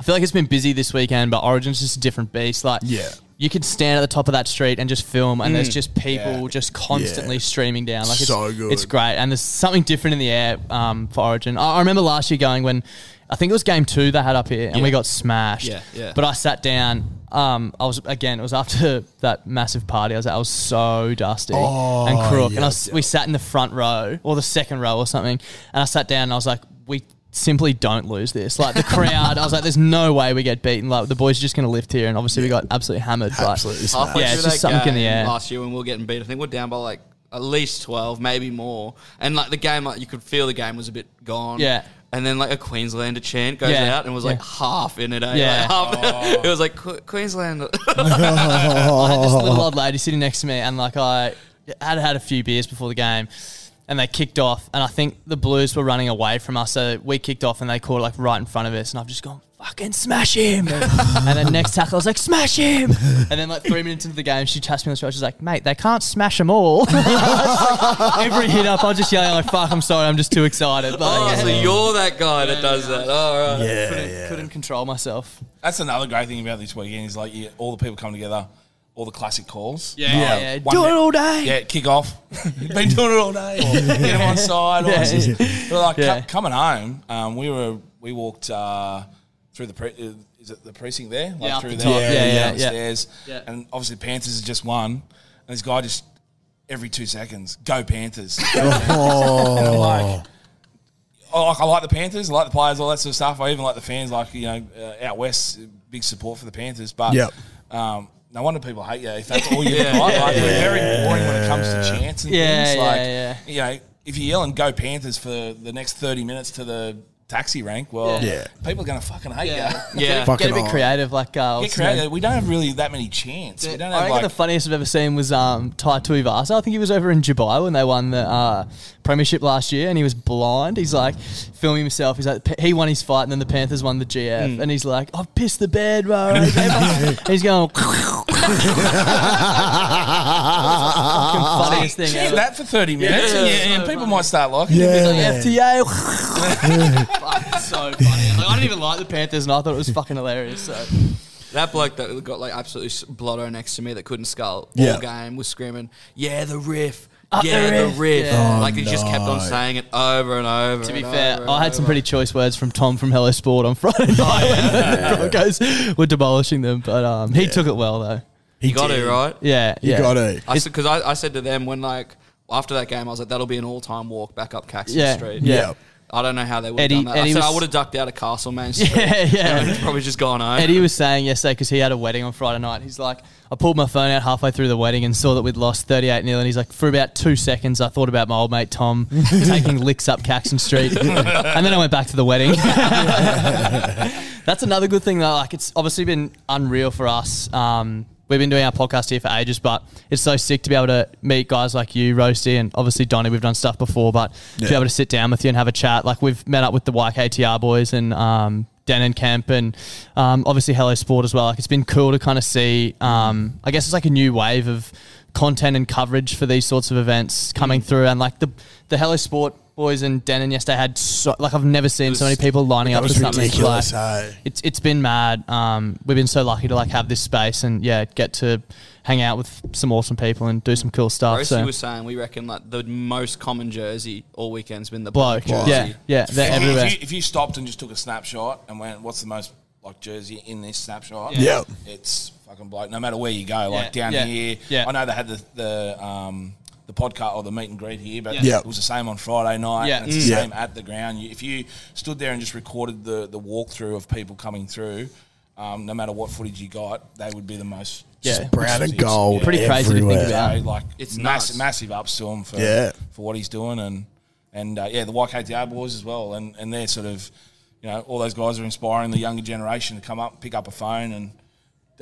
Speaker 6: I feel like it's been busy this weekend, but Origin's just a different beast. Like,
Speaker 4: Yeah.
Speaker 6: You could stand at the top of that street and just film, and there's just people
Speaker 7: Yeah.
Speaker 6: just constantly streaming down. Like,
Speaker 4: So
Speaker 6: it's,
Speaker 4: good.
Speaker 6: It's great, and there's something different in the air um, for Origin. I, I remember last year going when I think it was game two they had up here, and we
Speaker 5: Yeah.
Speaker 6: got smashed.
Speaker 5: Yeah, yeah.
Speaker 6: But I sat down. Um, I was again. It was after [laughs] that massive party. I was I was so dusty
Speaker 5: Oh,
Speaker 6: and crook, and I was, we sat in the front row or the second row or something. And I sat down and I was like, we simply don't lose this. Like the crowd, I was like, there's no way we get beaten. Like the boys are just going to lift here, and obviously we got absolutely hammered.
Speaker 4: Absolutely
Speaker 6: But
Speaker 4: smashed.
Speaker 5: Halfway
Speaker 6: yeah,
Speaker 5: through
Speaker 6: it's just
Speaker 5: that
Speaker 6: something in the
Speaker 5: game
Speaker 6: air.
Speaker 5: Last year when we were getting beat, I think we're down by like at least twelve, maybe more. And like the game, like you could feel the game was a bit gone.
Speaker 6: Yeah.
Speaker 5: And then like a Queenslander chant goes
Speaker 6: Yeah.
Speaker 5: out and was like half in it. Eh?
Speaker 6: Yeah.
Speaker 5: Like, half- [laughs] it was like "Que- Queensland. [laughs]
Speaker 6: I had this little old lady sitting next to me, and like I had had a few beers before the game, and they kicked off, and I think the Blues were running away from us, so we kicked off, and they called like right in front of us, and I've just gone fucking smash him, and then next tackle I was like smash him, and then like three minutes into the game, she taps me on the shoulder, she's like, mate, they can't smash them all. [laughs] Every hit up, I'm just yelling like, fuck, I'm sorry, I'm just too excited, but
Speaker 5: oh,
Speaker 6: yeah,
Speaker 5: so you're that guy that does that. All right.
Speaker 4: Yeah,
Speaker 6: couldn't,
Speaker 4: yeah.
Speaker 6: couldn't control myself.
Speaker 7: That's another great thing about this weekend is like yeah, all the people come together, all the classic calls.
Speaker 6: Yeah. Yeah, yeah.
Speaker 7: one
Speaker 6: Do it
Speaker 7: minute-
Speaker 6: all day.
Speaker 7: Yeah, kick off.
Speaker 6: [laughs]
Speaker 7: Been doing it all day. Or get them on side. Or
Speaker 6: Yeah.
Speaker 7: assist. But like
Speaker 6: Yeah.
Speaker 7: cu- coming home, um, we were we walked uh, through the pre- uh, is it the precinct there? Like
Speaker 6: Yeah, up
Speaker 7: through
Speaker 6: the
Speaker 7: there,
Speaker 6: top. Yeah, yeah,
Speaker 7: the
Speaker 6: yeah.
Speaker 7: stairs. And obviously Panthers is just one, and this guy just every two seconds go Panthers. Go Panthers. And I'm like. I like, I like the Panthers, I like the players, all that sort of stuff. I even like the fans, like you know, uh, out west, big support for the Panthers. But
Speaker 4: Yep.
Speaker 7: um, no wonder people hate you if that's
Speaker 6: [laughs]
Speaker 7: all you yeah, like. Like, They're very boring when it comes to chants and
Speaker 6: Yeah,
Speaker 7: things.
Speaker 6: yeah,
Speaker 7: Like
Speaker 6: yeah.
Speaker 7: you know, if you yell and go Panthers for the next thirty minutes to the taxi rank, well,
Speaker 6: Yeah.
Speaker 4: Yeah.
Speaker 7: people are going to fucking hate you.
Speaker 5: Yeah.
Speaker 6: Get a
Speaker 4: Fucking
Speaker 6: bit
Speaker 4: hard.
Speaker 6: creative, like uh,
Speaker 7: Get
Speaker 6: what's his name?
Speaker 7: creative. We don't have really that many chants. We don't
Speaker 6: I
Speaker 7: have
Speaker 6: reckon
Speaker 7: like
Speaker 6: the funniest I've ever seen was um, Tai Tuivasa. I think he was over in Dubai when they won the uh, premiership last year, and he was blind. He's like filming himself. He's like, he won his fight, and then the Panthers won the GF,
Speaker 7: Hmm.
Speaker 6: and he's like, I've pissed the bed, bro.
Speaker 7: [laughs]
Speaker 6: and he's going. [laughs] funniest thing
Speaker 7: chant
Speaker 6: ever.
Speaker 7: that for thirty minutes,
Speaker 5: Yeah.
Speaker 7: and, yeah, and people might start liking it.
Speaker 6: He's like,
Speaker 4: Yeah.
Speaker 6: [laughs]
Speaker 7: [laughs]
Speaker 6: FTA. Fuck, it's so funny. Like, I didn't even like the Panthers, and I thought it was fucking hilarious. So.
Speaker 5: That bloke that got like absolutely s- blotto next to me that couldn't skull all
Speaker 4: Yeah.
Speaker 5: game was screaming, "Yeah, the riff."
Speaker 6: Up the
Speaker 5: yeah, the
Speaker 6: riff."
Speaker 5: riff.
Speaker 6: Yeah.
Speaker 5: like he just kept on
Speaker 4: no.
Speaker 5: saying it over and over.
Speaker 6: To be
Speaker 5: and over
Speaker 6: fair,
Speaker 5: and
Speaker 6: I had some
Speaker 5: over.
Speaker 6: pretty choice words from Tom from Hello Sport on [laughs] Friday night
Speaker 7: Oh,
Speaker 6: when the Broncos were demolishing them, but um, he took it well though.
Speaker 5: You got it right.
Speaker 6: Yeah,
Speaker 4: [laughs] You
Speaker 6: yeah.
Speaker 4: got it.
Speaker 5: I said because I, I said to them when like after that game, I was like, that'll be an all-time walk back up Caxton
Speaker 6: Yeah,
Speaker 5: Street.
Speaker 6: yeah. Yeah.
Speaker 5: I don't know how they would have
Speaker 6: Eddie-
Speaker 5: done that.
Speaker 6: Eddie
Speaker 5: I said
Speaker 6: was-
Speaker 5: I would have ducked out of Castle Main
Speaker 6: [laughs] [laughs]
Speaker 5: Street.
Speaker 6: Yeah, yeah.
Speaker 5: I'd probably just gone home.
Speaker 6: Eddie was saying yesterday because he had a wedding on Friday night. He's like, I pulled my phone out halfway through the wedding and saw that we'd lost 38 0. And he's like, for about two seconds, I thought about my old mate Tom taking licks up Caxton Street. and then I went back to the wedding. [laughs] That's another good thing, though. Like, it's obviously been unreal for us. Um, we've been doing our podcast here for ages, but it's so sick to be able to meet guys like you, Roasty, and obviously Donny. We've done stuff before, but to be able to sit down with you and have a chat. Like, we've met up with the YKTR boys and um, Dan and Kemp, and um, obviously Hello Sport as well. Like, it's been cool to kind of see. Um, I guess it's like a new wave of content and coverage for these sorts of events coming
Speaker 4: Mm.
Speaker 6: through, and like the the Hello Sport. Boys and Denon yesterday had so like I've never seen so many people lining up
Speaker 4: was
Speaker 6: for something.
Speaker 4: ridiculous,
Speaker 6: Like, [laughs]
Speaker 4: hey.
Speaker 6: it's it's been mad. Um, we've been so lucky to like have this space and yeah, get to hang out with some awesome people and do some cool stuff.
Speaker 5: Rosie
Speaker 6: so
Speaker 5: was saying we reckon like the most common jersey all weekend's been the
Speaker 6: bloke,
Speaker 5: black jersey.
Speaker 6: yeah, yeah, they're
Speaker 7: if, you,
Speaker 6: everywhere.
Speaker 7: if you- if you stopped and just took a snapshot and went, "What's the most like jersey in this snapshot?"
Speaker 4: Yeah.
Speaker 7: it's fucking bloke. No matter where you go, like
Speaker 6: Yeah,
Speaker 7: down
Speaker 6: yeah,
Speaker 7: here.
Speaker 6: yeah.
Speaker 7: I know they had the the um, the podcast or the meet and greet here, but
Speaker 4: Yeah.
Speaker 7: it was the same on Friday night.
Speaker 6: Yeah.
Speaker 7: and it's the
Speaker 4: Mm.
Speaker 7: same
Speaker 4: Yeah.
Speaker 7: at the ground. You, if you stood there and just recorded the the walkthrough of people coming through, um, no matter what footage you got, they would be the most.
Speaker 6: Yeah. Just
Speaker 4: brown and gold
Speaker 6: Pretty crazy to think
Speaker 4: everywhere.
Speaker 6: about.
Speaker 7: So, like
Speaker 5: It's
Speaker 7: it's massive,
Speaker 5: nuts.
Speaker 7: massive ups to him for
Speaker 4: Yeah.
Speaker 7: for what he's doing and and uh, yeah, the YKTR boys as well, and and they're sort of you know all those guys are inspiring the younger generation to come up, pick up a phone and.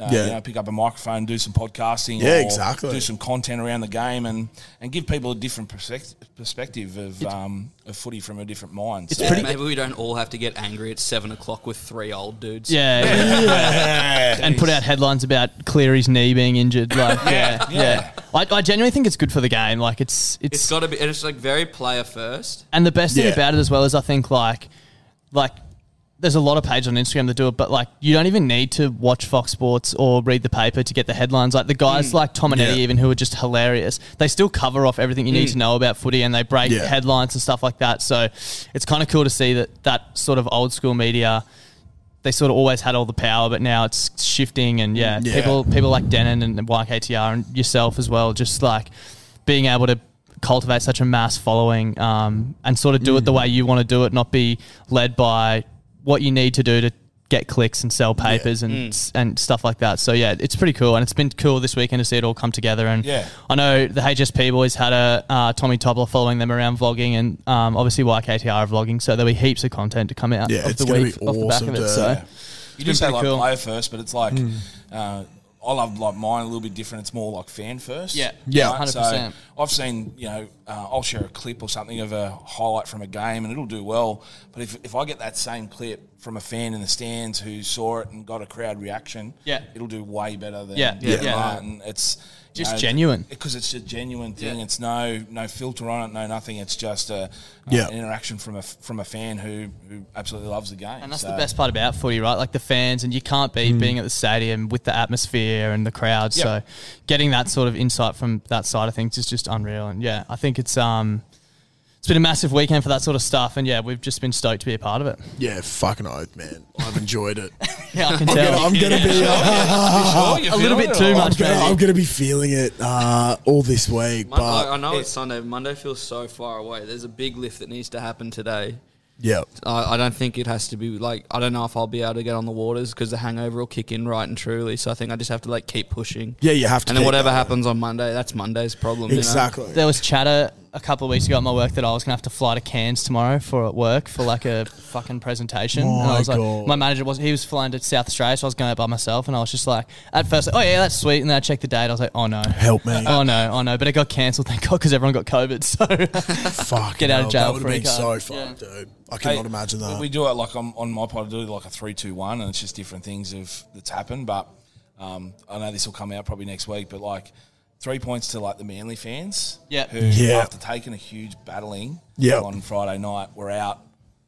Speaker 7: Uh,
Speaker 4: Yeah.
Speaker 7: you know, pick up a microphone, do some podcasting,
Speaker 4: Yeah,
Speaker 7: or
Speaker 4: exactly.
Speaker 7: Do some content around the game, and, and give people a different perspective, perspective of um, of footy from a different mind. So-
Speaker 5: Pretty- Maybe we don't all have to get angry at seven o'clock with three old dudes.
Speaker 6: yeah, yeah. and put out headlines about Cleary's knee being injured. Like, [laughs] yeah, yeah. I, I genuinely think it's good for the game. Like, it's it's,
Speaker 5: It's got to be. and It's like very player first.
Speaker 6: And the best thing
Speaker 4: Yeah.
Speaker 6: about it as well is I think like like there's a lot of pages on Instagram that do it, but like you don't even need to watch Fox Sports or read the paper to get the headlines. Like the
Speaker 4: Mm.
Speaker 6: guys like Tom and Eddie, even who are just hilarious, they still cover off everything you need to know about footy, and they break
Speaker 4: Mm. Yeah.
Speaker 6: headlines and stuff like that. So it's kind of cool to see that that sort of old school media. They sort of always had all the power, but now it's shifting, and yeah,
Speaker 4: Yeah.
Speaker 6: people people like Denon and YKTR and yourself as well, just like being able to cultivate such a mass following um, and sort of do
Speaker 4: Mm.
Speaker 6: it the way you want to do it, not be led by what you need to do to get clicks and sell papers
Speaker 4: Mm.
Speaker 6: and and stuff like that. So yeah, it's pretty cool, and it's been cool this weekend to see it all come together. And
Speaker 7: Yeah.
Speaker 6: I know the HSP boys had a uh, Tommy Tobler following them around vlogging, and um, obviously YKTR are vlogging, so there'll be heaps of content to come out
Speaker 4: Yeah,
Speaker 6: of
Speaker 4: it's
Speaker 6: the
Speaker 4: gonna
Speaker 6: week
Speaker 4: be
Speaker 6: off the back of
Speaker 4: awesome
Speaker 6: it.
Speaker 4: to-
Speaker 6: So
Speaker 7: You do say
Speaker 6: pretty
Speaker 7: like
Speaker 6: cool.
Speaker 7: player first, but it's like
Speaker 4: Hmm.
Speaker 7: uh, I love like mine a little bit different. It's more like fan first.
Speaker 6: Yeah.
Speaker 4: Yeah.
Speaker 7: Right? So
Speaker 6: 100%.
Speaker 7: I've seen you know uh, I'll share a clip or something of a highlight from a game and it'll do well. But if if I get that same clip from a fan in the stands who saw it and got a crowd reaction,
Speaker 6: Yeah.
Speaker 7: it'll do way better than
Speaker 6: Yeah, yeah,
Speaker 7: than
Speaker 6: yeah.
Speaker 7: that. And it's you
Speaker 6: Just genuine.
Speaker 7: because it's a genuine thing. It's no no filter on it, no nothing. It's just a, uh,
Speaker 4: Yeah.
Speaker 7: an interaction from a from a fan who who absolutely loves the game.
Speaker 6: And that's
Speaker 7: So-
Speaker 6: the best part about footy, right? Like the fans, and you can't
Speaker 4: Hmm.
Speaker 6: beat being at the stadium with the atmosphere and the crowd.
Speaker 7: Yep.
Speaker 6: So, getting that sort of insight from that side of things is just unreal. And yeah, I think it's um, it's been a massive weekend for that sort of stuff. And yeah, we've just been stoked to be a part of it. [laughs]
Speaker 4: Yeah, fucking oath, man. I've enjoyed it.
Speaker 6: Yeah, I can [laughs]
Speaker 4: Yeah,
Speaker 6: tell.
Speaker 4: I'm gonna be.
Speaker 6: Oh, a little bit too
Speaker 4: I'm,
Speaker 6: much,
Speaker 4: gonna,
Speaker 6: maybe.
Speaker 4: I'm gonna be feeling it uh, all this week,
Speaker 5: Mon- like, I
Speaker 4: but
Speaker 5: know it's Sunday. but Monday feels so far away. There's a big lift that needs to happen today.
Speaker 4: yeah,
Speaker 5: I, I don't think it has to be like I don't know if I'll be able to get on the waters because the hangover will kick in right and truly. So I think I just have to like keep pushing.
Speaker 4: Yeah, you have to
Speaker 5: And then
Speaker 4: keep
Speaker 5: whatever
Speaker 4: going.
Speaker 5: happens on Monday, that's Monday's problem. you know?
Speaker 4: exactly.
Speaker 6: There was chatter a couple of weeks ago at my work that I was gonna have to fly to Cairns tomorrow for at work for like a fucking presentation. and I
Speaker 4: My
Speaker 6: was like,
Speaker 4: God.
Speaker 6: my manager was he was flying to South Australia, so I was going out by myself, and I was just like, at first, like, oh yeah, that's sweet, and then I checked the date, I was like, oh no,
Speaker 4: Help me.
Speaker 6: oh no, oh no, but it got cancelled, thank God, because everyone got COVID. [laughs] So
Speaker 4: Fuck.
Speaker 6: Get out of jail
Speaker 4: That would have
Speaker 6: free
Speaker 4: been
Speaker 6: card.
Speaker 4: so fucked, dude. I
Speaker 7: Hey,
Speaker 4: cannot imagine that.
Speaker 7: We do it like on, on my pod, I do like a three, two, one, and it's just different things of that's happened. But um, I know this will come out probably next week, but like three points to like the Manly fans,
Speaker 6: Yeah.
Speaker 7: who
Speaker 4: Yeah.
Speaker 7: after taking a huge battling,
Speaker 4: Yeah.
Speaker 7: on Friday night were out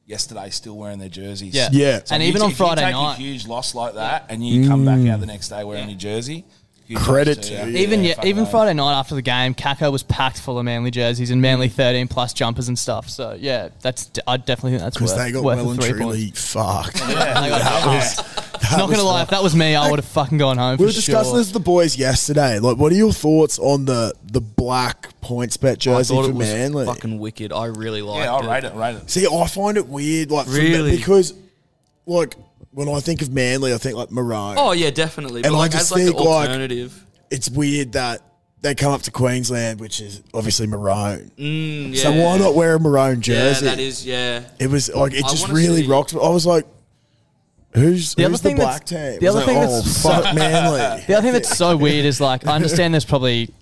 Speaker 7: yesterday still wearing their jerseys,
Speaker 6: Yeah.
Speaker 4: Yeah.
Speaker 6: And
Speaker 7: if
Speaker 6: even
Speaker 7: you-
Speaker 6: on
Speaker 7: if you
Speaker 6: Friday
Speaker 7: take
Speaker 6: night-
Speaker 7: a huge loss like that, and you come back out the next day wearing your jersey. huge
Speaker 4: Mm. Credit
Speaker 7: ups
Speaker 4: to
Speaker 7: you.
Speaker 4: you.
Speaker 6: even yeah,
Speaker 7: fucking
Speaker 6: even
Speaker 7: oath.
Speaker 6: Friday night after the game, Kako was packed full of Manly jerseys and Manly
Speaker 4: Mm.
Speaker 6: thirteen plus jumpers and stuff. So yeah, that's I definitely think that's
Speaker 4: because
Speaker 6: worth
Speaker 4: they got [laughs]
Speaker 6: worth
Speaker 4: well
Speaker 6: the
Speaker 4: and
Speaker 6: three points.
Speaker 4: truly fucked.
Speaker 6: They got-
Speaker 4: [laughs] that was
Speaker 6: Not gonna lie, if that was me, I would have fucking gone home.
Speaker 4: We
Speaker 6: for
Speaker 4: were discussing
Speaker 6: sure.
Speaker 4: this with the boys yesterday. Like, what are your thoughts on the the black points bet
Speaker 5: I
Speaker 4: jersey
Speaker 5: thought
Speaker 4: for
Speaker 5: it was
Speaker 4: Manly?
Speaker 5: fucking wicked. I really liked
Speaker 7: [laughs] Yeah, I'll
Speaker 5: it.
Speaker 7: rate it, rate it.
Speaker 4: See, I find it weird, like for me-
Speaker 5: Really?
Speaker 4: because, like, when I think of Manly, I think like Maroon.
Speaker 5: Oh yeah, definitely.
Speaker 4: And
Speaker 5: but
Speaker 4: I
Speaker 5: like,
Speaker 4: just
Speaker 5: as like the
Speaker 4: think, like-
Speaker 5: alternative.
Speaker 4: It's weird that they come up to Queensland, which is obviously Maroon.
Speaker 5: Mm,
Speaker 4: So
Speaker 5: yeah.
Speaker 4: why not wear a Maroon
Speaker 5: Yeah,
Speaker 4: jersey?
Speaker 5: that is yeah.
Speaker 4: It was like it
Speaker 5: I
Speaker 4: just
Speaker 5: wanna
Speaker 4: really
Speaker 5: see-
Speaker 4: rocked. me. I was like, "Who's
Speaker 6: The
Speaker 4: the
Speaker 6: other
Speaker 4: who's the
Speaker 6: thing that's-
Speaker 4: black team?"
Speaker 6: the
Speaker 4: I was
Speaker 6: other
Speaker 4: like,
Speaker 6: thing
Speaker 4: "Oh,
Speaker 6: that's [laughs]
Speaker 4: fuck Manly."
Speaker 6: The other thing that's so weird is like I understand there's probably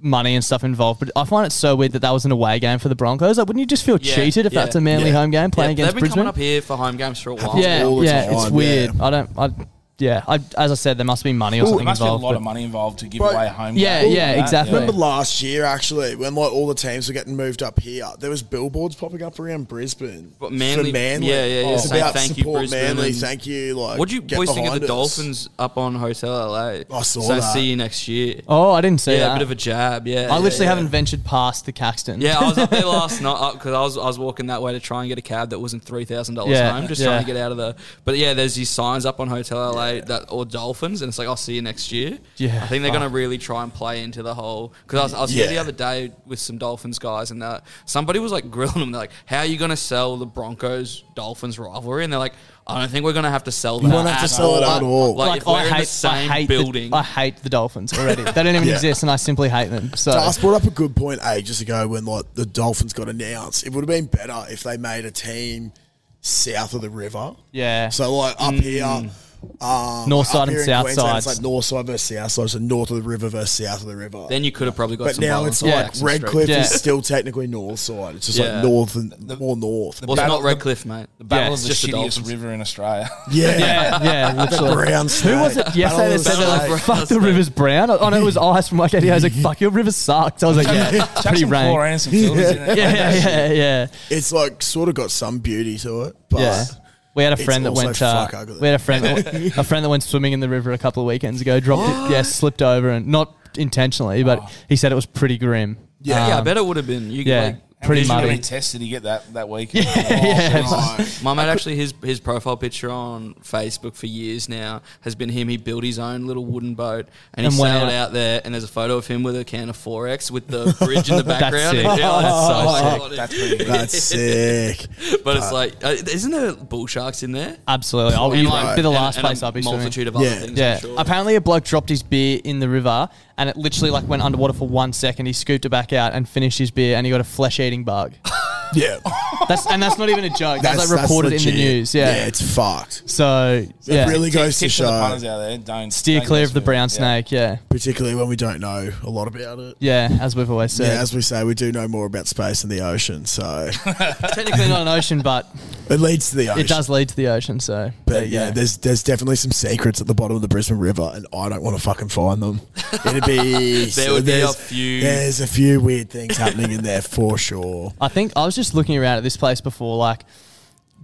Speaker 6: money and stuff involved, but I find it so weird that that was an away game for the Broncos. Like, wouldn't you just feel
Speaker 5: Yeah,
Speaker 6: cheated if
Speaker 5: yeah,
Speaker 6: that's a Manly
Speaker 5: yeah.
Speaker 6: home game playing
Speaker 5: Yeah,
Speaker 6: against
Speaker 5: They've been
Speaker 6: Brisbane?
Speaker 5: coming up here for home games for a while.
Speaker 6: yeah,
Speaker 4: all the
Speaker 6: yeah, it's
Speaker 4: time,
Speaker 6: weird.
Speaker 4: yeah.
Speaker 6: I don't. I yeah, I, as I said, there must be money or
Speaker 7: There
Speaker 6: something
Speaker 7: must be a
Speaker 6: involved.
Speaker 7: lot of
Speaker 6: but-
Speaker 7: money involved to give
Speaker 4: But-
Speaker 7: away home.
Speaker 6: Yeah,
Speaker 7: games
Speaker 6: yeah,
Speaker 7: and that.
Speaker 6: exactly.
Speaker 4: Remember last year, actually, when like all the teams were getting moved up here, there was billboards popping up around Brisbane
Speaker 5: But Manly- yeah, yeah, yeah,
Speaker 4: It's
Speaker 5: saying
Speaker 4: about
Speaker 5: thank you,
Speaker 4: support
Speaker 5: Brisbane,
Speaker 4: Manly.
Speaker 5: and-
Speaker 4: Thank you. Like,
Speaker 5: What do you
Speaker 4: get
Speaker 5: boys think of
Speaker 4: behind
Speaker 5: the
Speaker 4: us.
Speaker 5: Dolphins up on Hotel LA?
Speaker 4: I saw
Speaker 5: so
Speaker 4: that.
Speaker 5: see you next year.
Speaker 6: Oh, I didn't see
Speaker 5: yeah,
Speaker 6: that.
Speaker 5: a bit of a jab. Yeah,
Speaker 6: I
Speaker 5: yeah,
Speaker 6: literally
Speaker 5: yeah.
Speaker 6: haven't ventured past the Caxton.
Speaker 5: Yeah, I was up there last night because I was I was walking that way to try and get a cab that wasn't three thousand dollars
Speaker 6: Yeah,
Speaker 5: home, just
Speaker 6: yeah.
Speaker 5: trying to get out of the. But yeah, there's these signs up on Hotel LA that or Dolphins, and it's like I'll see you next year.
Speaker 6: Yeah,
Speaker 5: I think they're going
Speaker 6: fuck.
Speaker 5: to really try and play into the whole because I was, I was here the
Speaker 4: Yeah.
Speaker 5: other day with some Dolphins guys, and that somebody was like grilling them. They're like, "How are you going to sell the Broncos Dolphins rivalry?" And they're like, "I don't think we're going to have to sell that.
Speaker 4: won't have to
Speaker 5: at
Speaker 4: sell it at all.
Speaker 5: Like, if we're in the
Speaker 6: I
Speaker 5: same
Speaker 6: hate
Speaker 5: building,
Speaker 6: The, I hate the Dolphins already. They don't even
Speaker 4: Yeah.
Speaker 6: exist, and I simply hate them.
Speaker 5: uh,
Speaker 6: So
Speaker 4: Das brought up a good point ages ago when like the Dolphins got announced. It would have been better if they made a team south of the river.
Speaker 6: yeah,
Speaker 4: So like
Speaker 5: Mm.
Speaker 4: up here, um,
Speaker 6: North side
Speaker 4: up
Speaker 6: and
Speaker 4: here in
Speaker 6: south
Speaker 4: Queensland, It's
Speaker 6: sides.
Speaker 4: like north side versus south side. So north of the river versus south of the river.
Speaker 5: then you could have probably got.
Speaker 4: but
Speaker 5: some
Speaker 4: now
Speaker 5: violence
Speaker 4: it's
Speaker 5: on
Speaker 4: like
Speaker 5: Jackson Street.
Speaker 4: Redcliffe
Speaker 6: Yeah.
Speaker 4: is still technically north side. It's just
Speaker 5: Yeah.
Speaker 4: like north and more north.
Speaker 5: Well, it's
Speaker 7: Battle-
Speaker 5: not Redcliffe, mate.
Speaker 7: The battle
Speaker 6: Yeah,
Speaker 7: of
Speaker 5: it's
Speaker 7: the
Speaker 5: just the
Speaker 7: shittiest
Speaker 5: Dolphins.
Speaker 7: river
Speaker 6: [laughs]
Speaker 7: in Australia.
Speaker 4: yeah, [laughs]
Speaker 6: yeah, yeah, literally.
Speaker 4: brown.
Speaker 6: Who was it yesterday that said
Speaker 5: Battle
Speaker 6: they're
Speaker 5: of
Speaker 6: like,
Speaker 5: the
Speaker 6: fuck
Speaker 5: Brown's
Speaker 6: the
Speaker 5: mate.
Speaker 6: river's brown? Oh no, it was ice from like 88. I was like, fuck, your river sucked. I was like, yeah, it's pretty
Speaker 7: Chuck some
Speaker 6: rain.
Speaker 7: chlorine and some filters in
Speaker 6: [laughs]
Speaker 7: it.
Speaker 6: Yeah, yeah, yeah, yeah.
Speaker 4: It's like sort of got some beauty to it, but
Speaker 6: yeah. We had a
Speaker 4: It's
Speaker 6: friend that
Speaker 4: also
Speaker 6: went.
Speaker 4: fuck
Speaker 6: Uh,
Speaker 4: ugly.
Speaker 6: we had a friend,
Speaker 5: [laughs]
Speaker 6: that, a friend that went swimming in the river a couple of weekends ago. Dropped it, yeah, slipped over and not intentionally, but he said it was pretty grim.
Speaker 5: Oh. Yeah, yeah, I bet it would have been. You
Speaker 6: Um, yeah,
Speaker 5: yeah. like
Speaker 6: pretty
Speaker 7: How many
Speaker 6: muddy.
Speaker 7: tests did he get that, Oh, that week? Yeah,
Speaker 5: My mate actually his his profile picture on Facebook for years now has been him. He built his own little wooden boat and,
Speaker 6: And
Speaker 5: he
Speaker 6: went
Speaker 5: sailed
Speaker 6: out.
Speaker 5: out. there. And there's a photo of him with a can of Forex with the
Speaker 6: [laughs]
Speaker 5: bridge in the background.
Speaker 6: sick.
Speaker 5: And you're like,
Speaker 6: That's
Speaker 5: "Oh,
Speaker 7: That's pretty good.
Speaker 4: that's
Speaker 6: [laughs]
Speaker 4: sick.
Speaker 5: But it's like, uh, isn't there bull sharks in there?
Speaker 6: Absolutely, I'll be,
Speaker 5: And, like,
Speaker 6: Oh, be the
Speaker 5: and-
Speaker 6: last
Speaker 5: and a
Speaker 6: place I'll be swimming.
Speaker 5: Multitude of other
Speaker 4: Yeah.
Speaker 5: things.
Speaker 6: Yeah.
Speaker 5: I'm sure.
Speaker 6: Apparently, a bloke dropped his beer in the river, and it literally like went underwater for one second. He scooped it back out and finished his beer, and he got a flesh-eating bug. [laughs]
Speaker 4: Yeah,
Speaker 6: That's and that's not even a joke. That's, like
Speaker 4: that's
Speaker 6: reported in the
Speaker 4: legit.
Speaker 6: news. Yeah.
Speaker 4: yeah, it's fucked.
Speaker 6: so yeah,
Speaker 4: It really goes to
Speaker 7: Tip for the
Speaker 4: show,
Speaker 7: punters out there. Don't
Speaker 6: steer
Speaker 7: don't
Speaker 6: clear
Speaker 7: go
Speaker 6: of the
Speaker 7: swimming.
Speaker 6: brown
Speaker 7: Yeah.
Speaker 6: snake. Yeah.
Speaker 4: particularly when we don't know a lot about it.
Speaker 6: yeah, as we've always
Speaker 4: Yeah,
Speaker 6: said.
Speaker 4: as we say, we do know more about space and the ocean, so [laughs]
Speaker 6: Technically not an ocean, but
Speaker 4: it leads to the ocean.
Speaker 6: it does lead to the ocean. So
Speaker 4: But yeah, there's there's definitely some secrets at the bottom of the Brisbane River, and I don't want to fucking find them. It'd be
Speaker 5: There would be a
Speaker 4: there's-
Speaker 5: few.
Speaker 4: There's a few weird things happening in there for sure.
Speaker 6: I think I was just looking around at this place before, like.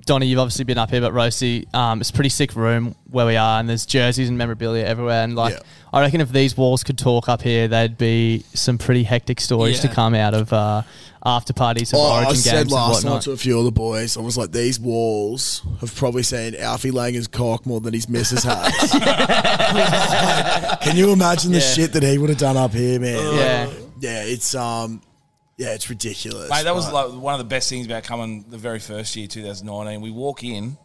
Speaker 6: Donnie, you've obviously been up here, but Rosie, um, it's a pretty sick room where we are, and there's jerseys and memorabilia everywhere. And like,
Speaker 4: Yeah.
Speaker 6: I reckon if these walls could talk up here, there'd be some pretty hectic stories to
Speaker 5: Yeah.
Speaker 6: come out of uh, after parties of
Speaker 4: Oh,
Speaker 6: Origin
Speaker 4: I
Speaker 6: games
Speaker 4: said
Speaker 6: and
Speaker 4: last night
Speaker 6: whatnot.
Speaker 4: to a few of the boys, I was like, these walls have probably seen Alfie Langer's cock more than his missus has. Can you imagine the
Speaker 6: Yeah.
Speaker 4: shit that he would have done up here, man?
Speaker 6: Yeah.
Speaker 4: yeah, it's um, yeah, it's ridiculous.
Speaker 7: Mate, that was
Speaker 4: but-
Speaker 7: like one of the best things about coming the very first year, 2019. We walk in,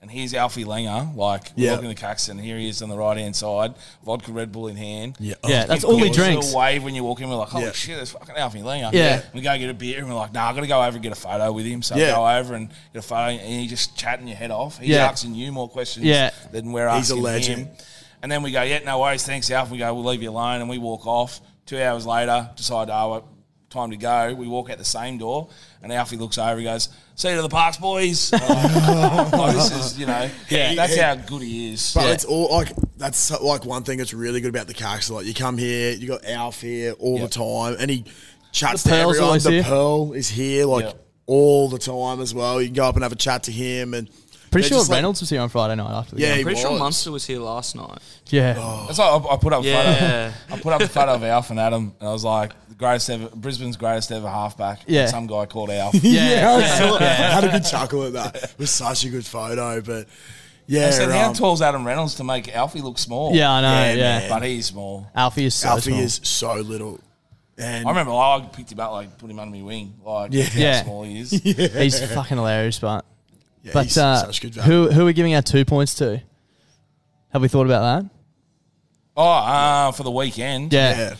Speaker 7: and here's Alfie Langer, like we're
Speaker 4: Yeah.
Speaker 7: walking the Caxton. Here he is on the right hand side, vodka Red Bull in hand.
Speaker 4: yeah,
Speaker 6: Yeah, that's all he
Speaker 7: Gives us a
Speaker 6: drinks.
Speaker 7: little wave when you walk in. We're like, holy
Speaker 4: Yeah.
Speaker 7: shit, that's fucking Alfie Langer.
Speaker 6: Yeah.
Speaker 7: We go get a beer, and we're like, nah, I gotta go over and get a photo with him. So I
Speaker 4: Yeah.
Speaker 7: go over and get a photo, and he's just chatting your head off. He's
Speaker 6: Yeah.
Speaker 7: asking you more questions
Speaker 6: Yeah.
Speaker 7: than we're
Speaker 4: He's a
Speaker 7: asking
Speaker 4: legend.
Speaker 7: him. And then we go, yeah, no worries, thanks, Alf. We go, we'll leave you alone, and we walk off. Two hours later, decide, oh, well, time to go. We walk out the same door, and Alfie looks over, he goes, see you to the parks, boys. [laughs] I'm like, oh, this is, you know,
Speaker 4: Yeah.
Speaker 7: that's
Speaker 4: He-
Speaker 7: how good he is.
Speaker 4: But it's all like that's so- like one thing that's really good about the Cax. Like you come here, you got Alf here all
Speaker 7: Yep.
Speaker 4: the time, and he chats
Speaker 6: The
Speaker 4: to
Speaker 6: Pearl's
Speaker 4: everyone.
Speaker 6: always
Speaker 4: The
Speaker 6: here.
Speaker 4: Pearl is here like
Speaker 7: Yep.
Speaker 4: all the time as well. You can go up and have a chat to him, and
Speaker 6: Pretty
Speaker 4: they're
Speaker 6: sure
Speaker 4: just like-
Speaker 6: Reynolds was here on Friday night after the
Speaker 4: yeah, Oh.
Speaker 6: game.
Speaker 4: he
Speaker 5: Pretty sure
Speaker 4: was. [laughs]
Speaker 5: Munster was here last night.
Speaker 6: Yeah.
Speaker 7: That's why I, I put up a
Speaker 5: Yeah.
Speaker 7: photo. I put up a photo of Alf and Adam, and I was like, the greatest ever, Brisbane's greatest ever halfback.
Speaker 6: [laughs]
Speaker 7: And
Speaker 6: Yeah.
Speaker 4: [laughs]
Speaker 7: some guy called Alf.
Speaker 4: Yeah, I saw- I had a good chuckle at that. It was such a good photo, but Yeah,
Speaker 7: I said, how
Speaker 4: um,
Speaker 7: tall's Adam Reynolds to make Alfie look small?
Speaker 6: Yeah, I know. Yeah,
Speaker 4: Yeah, man.
Speaker 7: But he's small.
Speaker 6: Alfie is so
Speaker 4: Alfie
Speaker 6: small.
Speaker 4: is so little. And
Speaker 7: I remember like, I picked him up, like put him under my wing, like
Speaker 4: Yeah.
Speaker 6: [laughs]
Speaker 7: how
Speaker 6: Yeah.
Speaker 7: small he is.
Speaker 6: He's fucking hilarious, but
Speaker 4: yeah,
Speaker 6: but
Speaker 4: he's
Speaker 6: uh,
Speaker 4: such good value.
Speaker 6: who who are we giving our two points to? Have we thought about that?
Speaker 7: oh, uh, for the weekend,
Speaker 6: Yeah,
Speaker 4: yeah.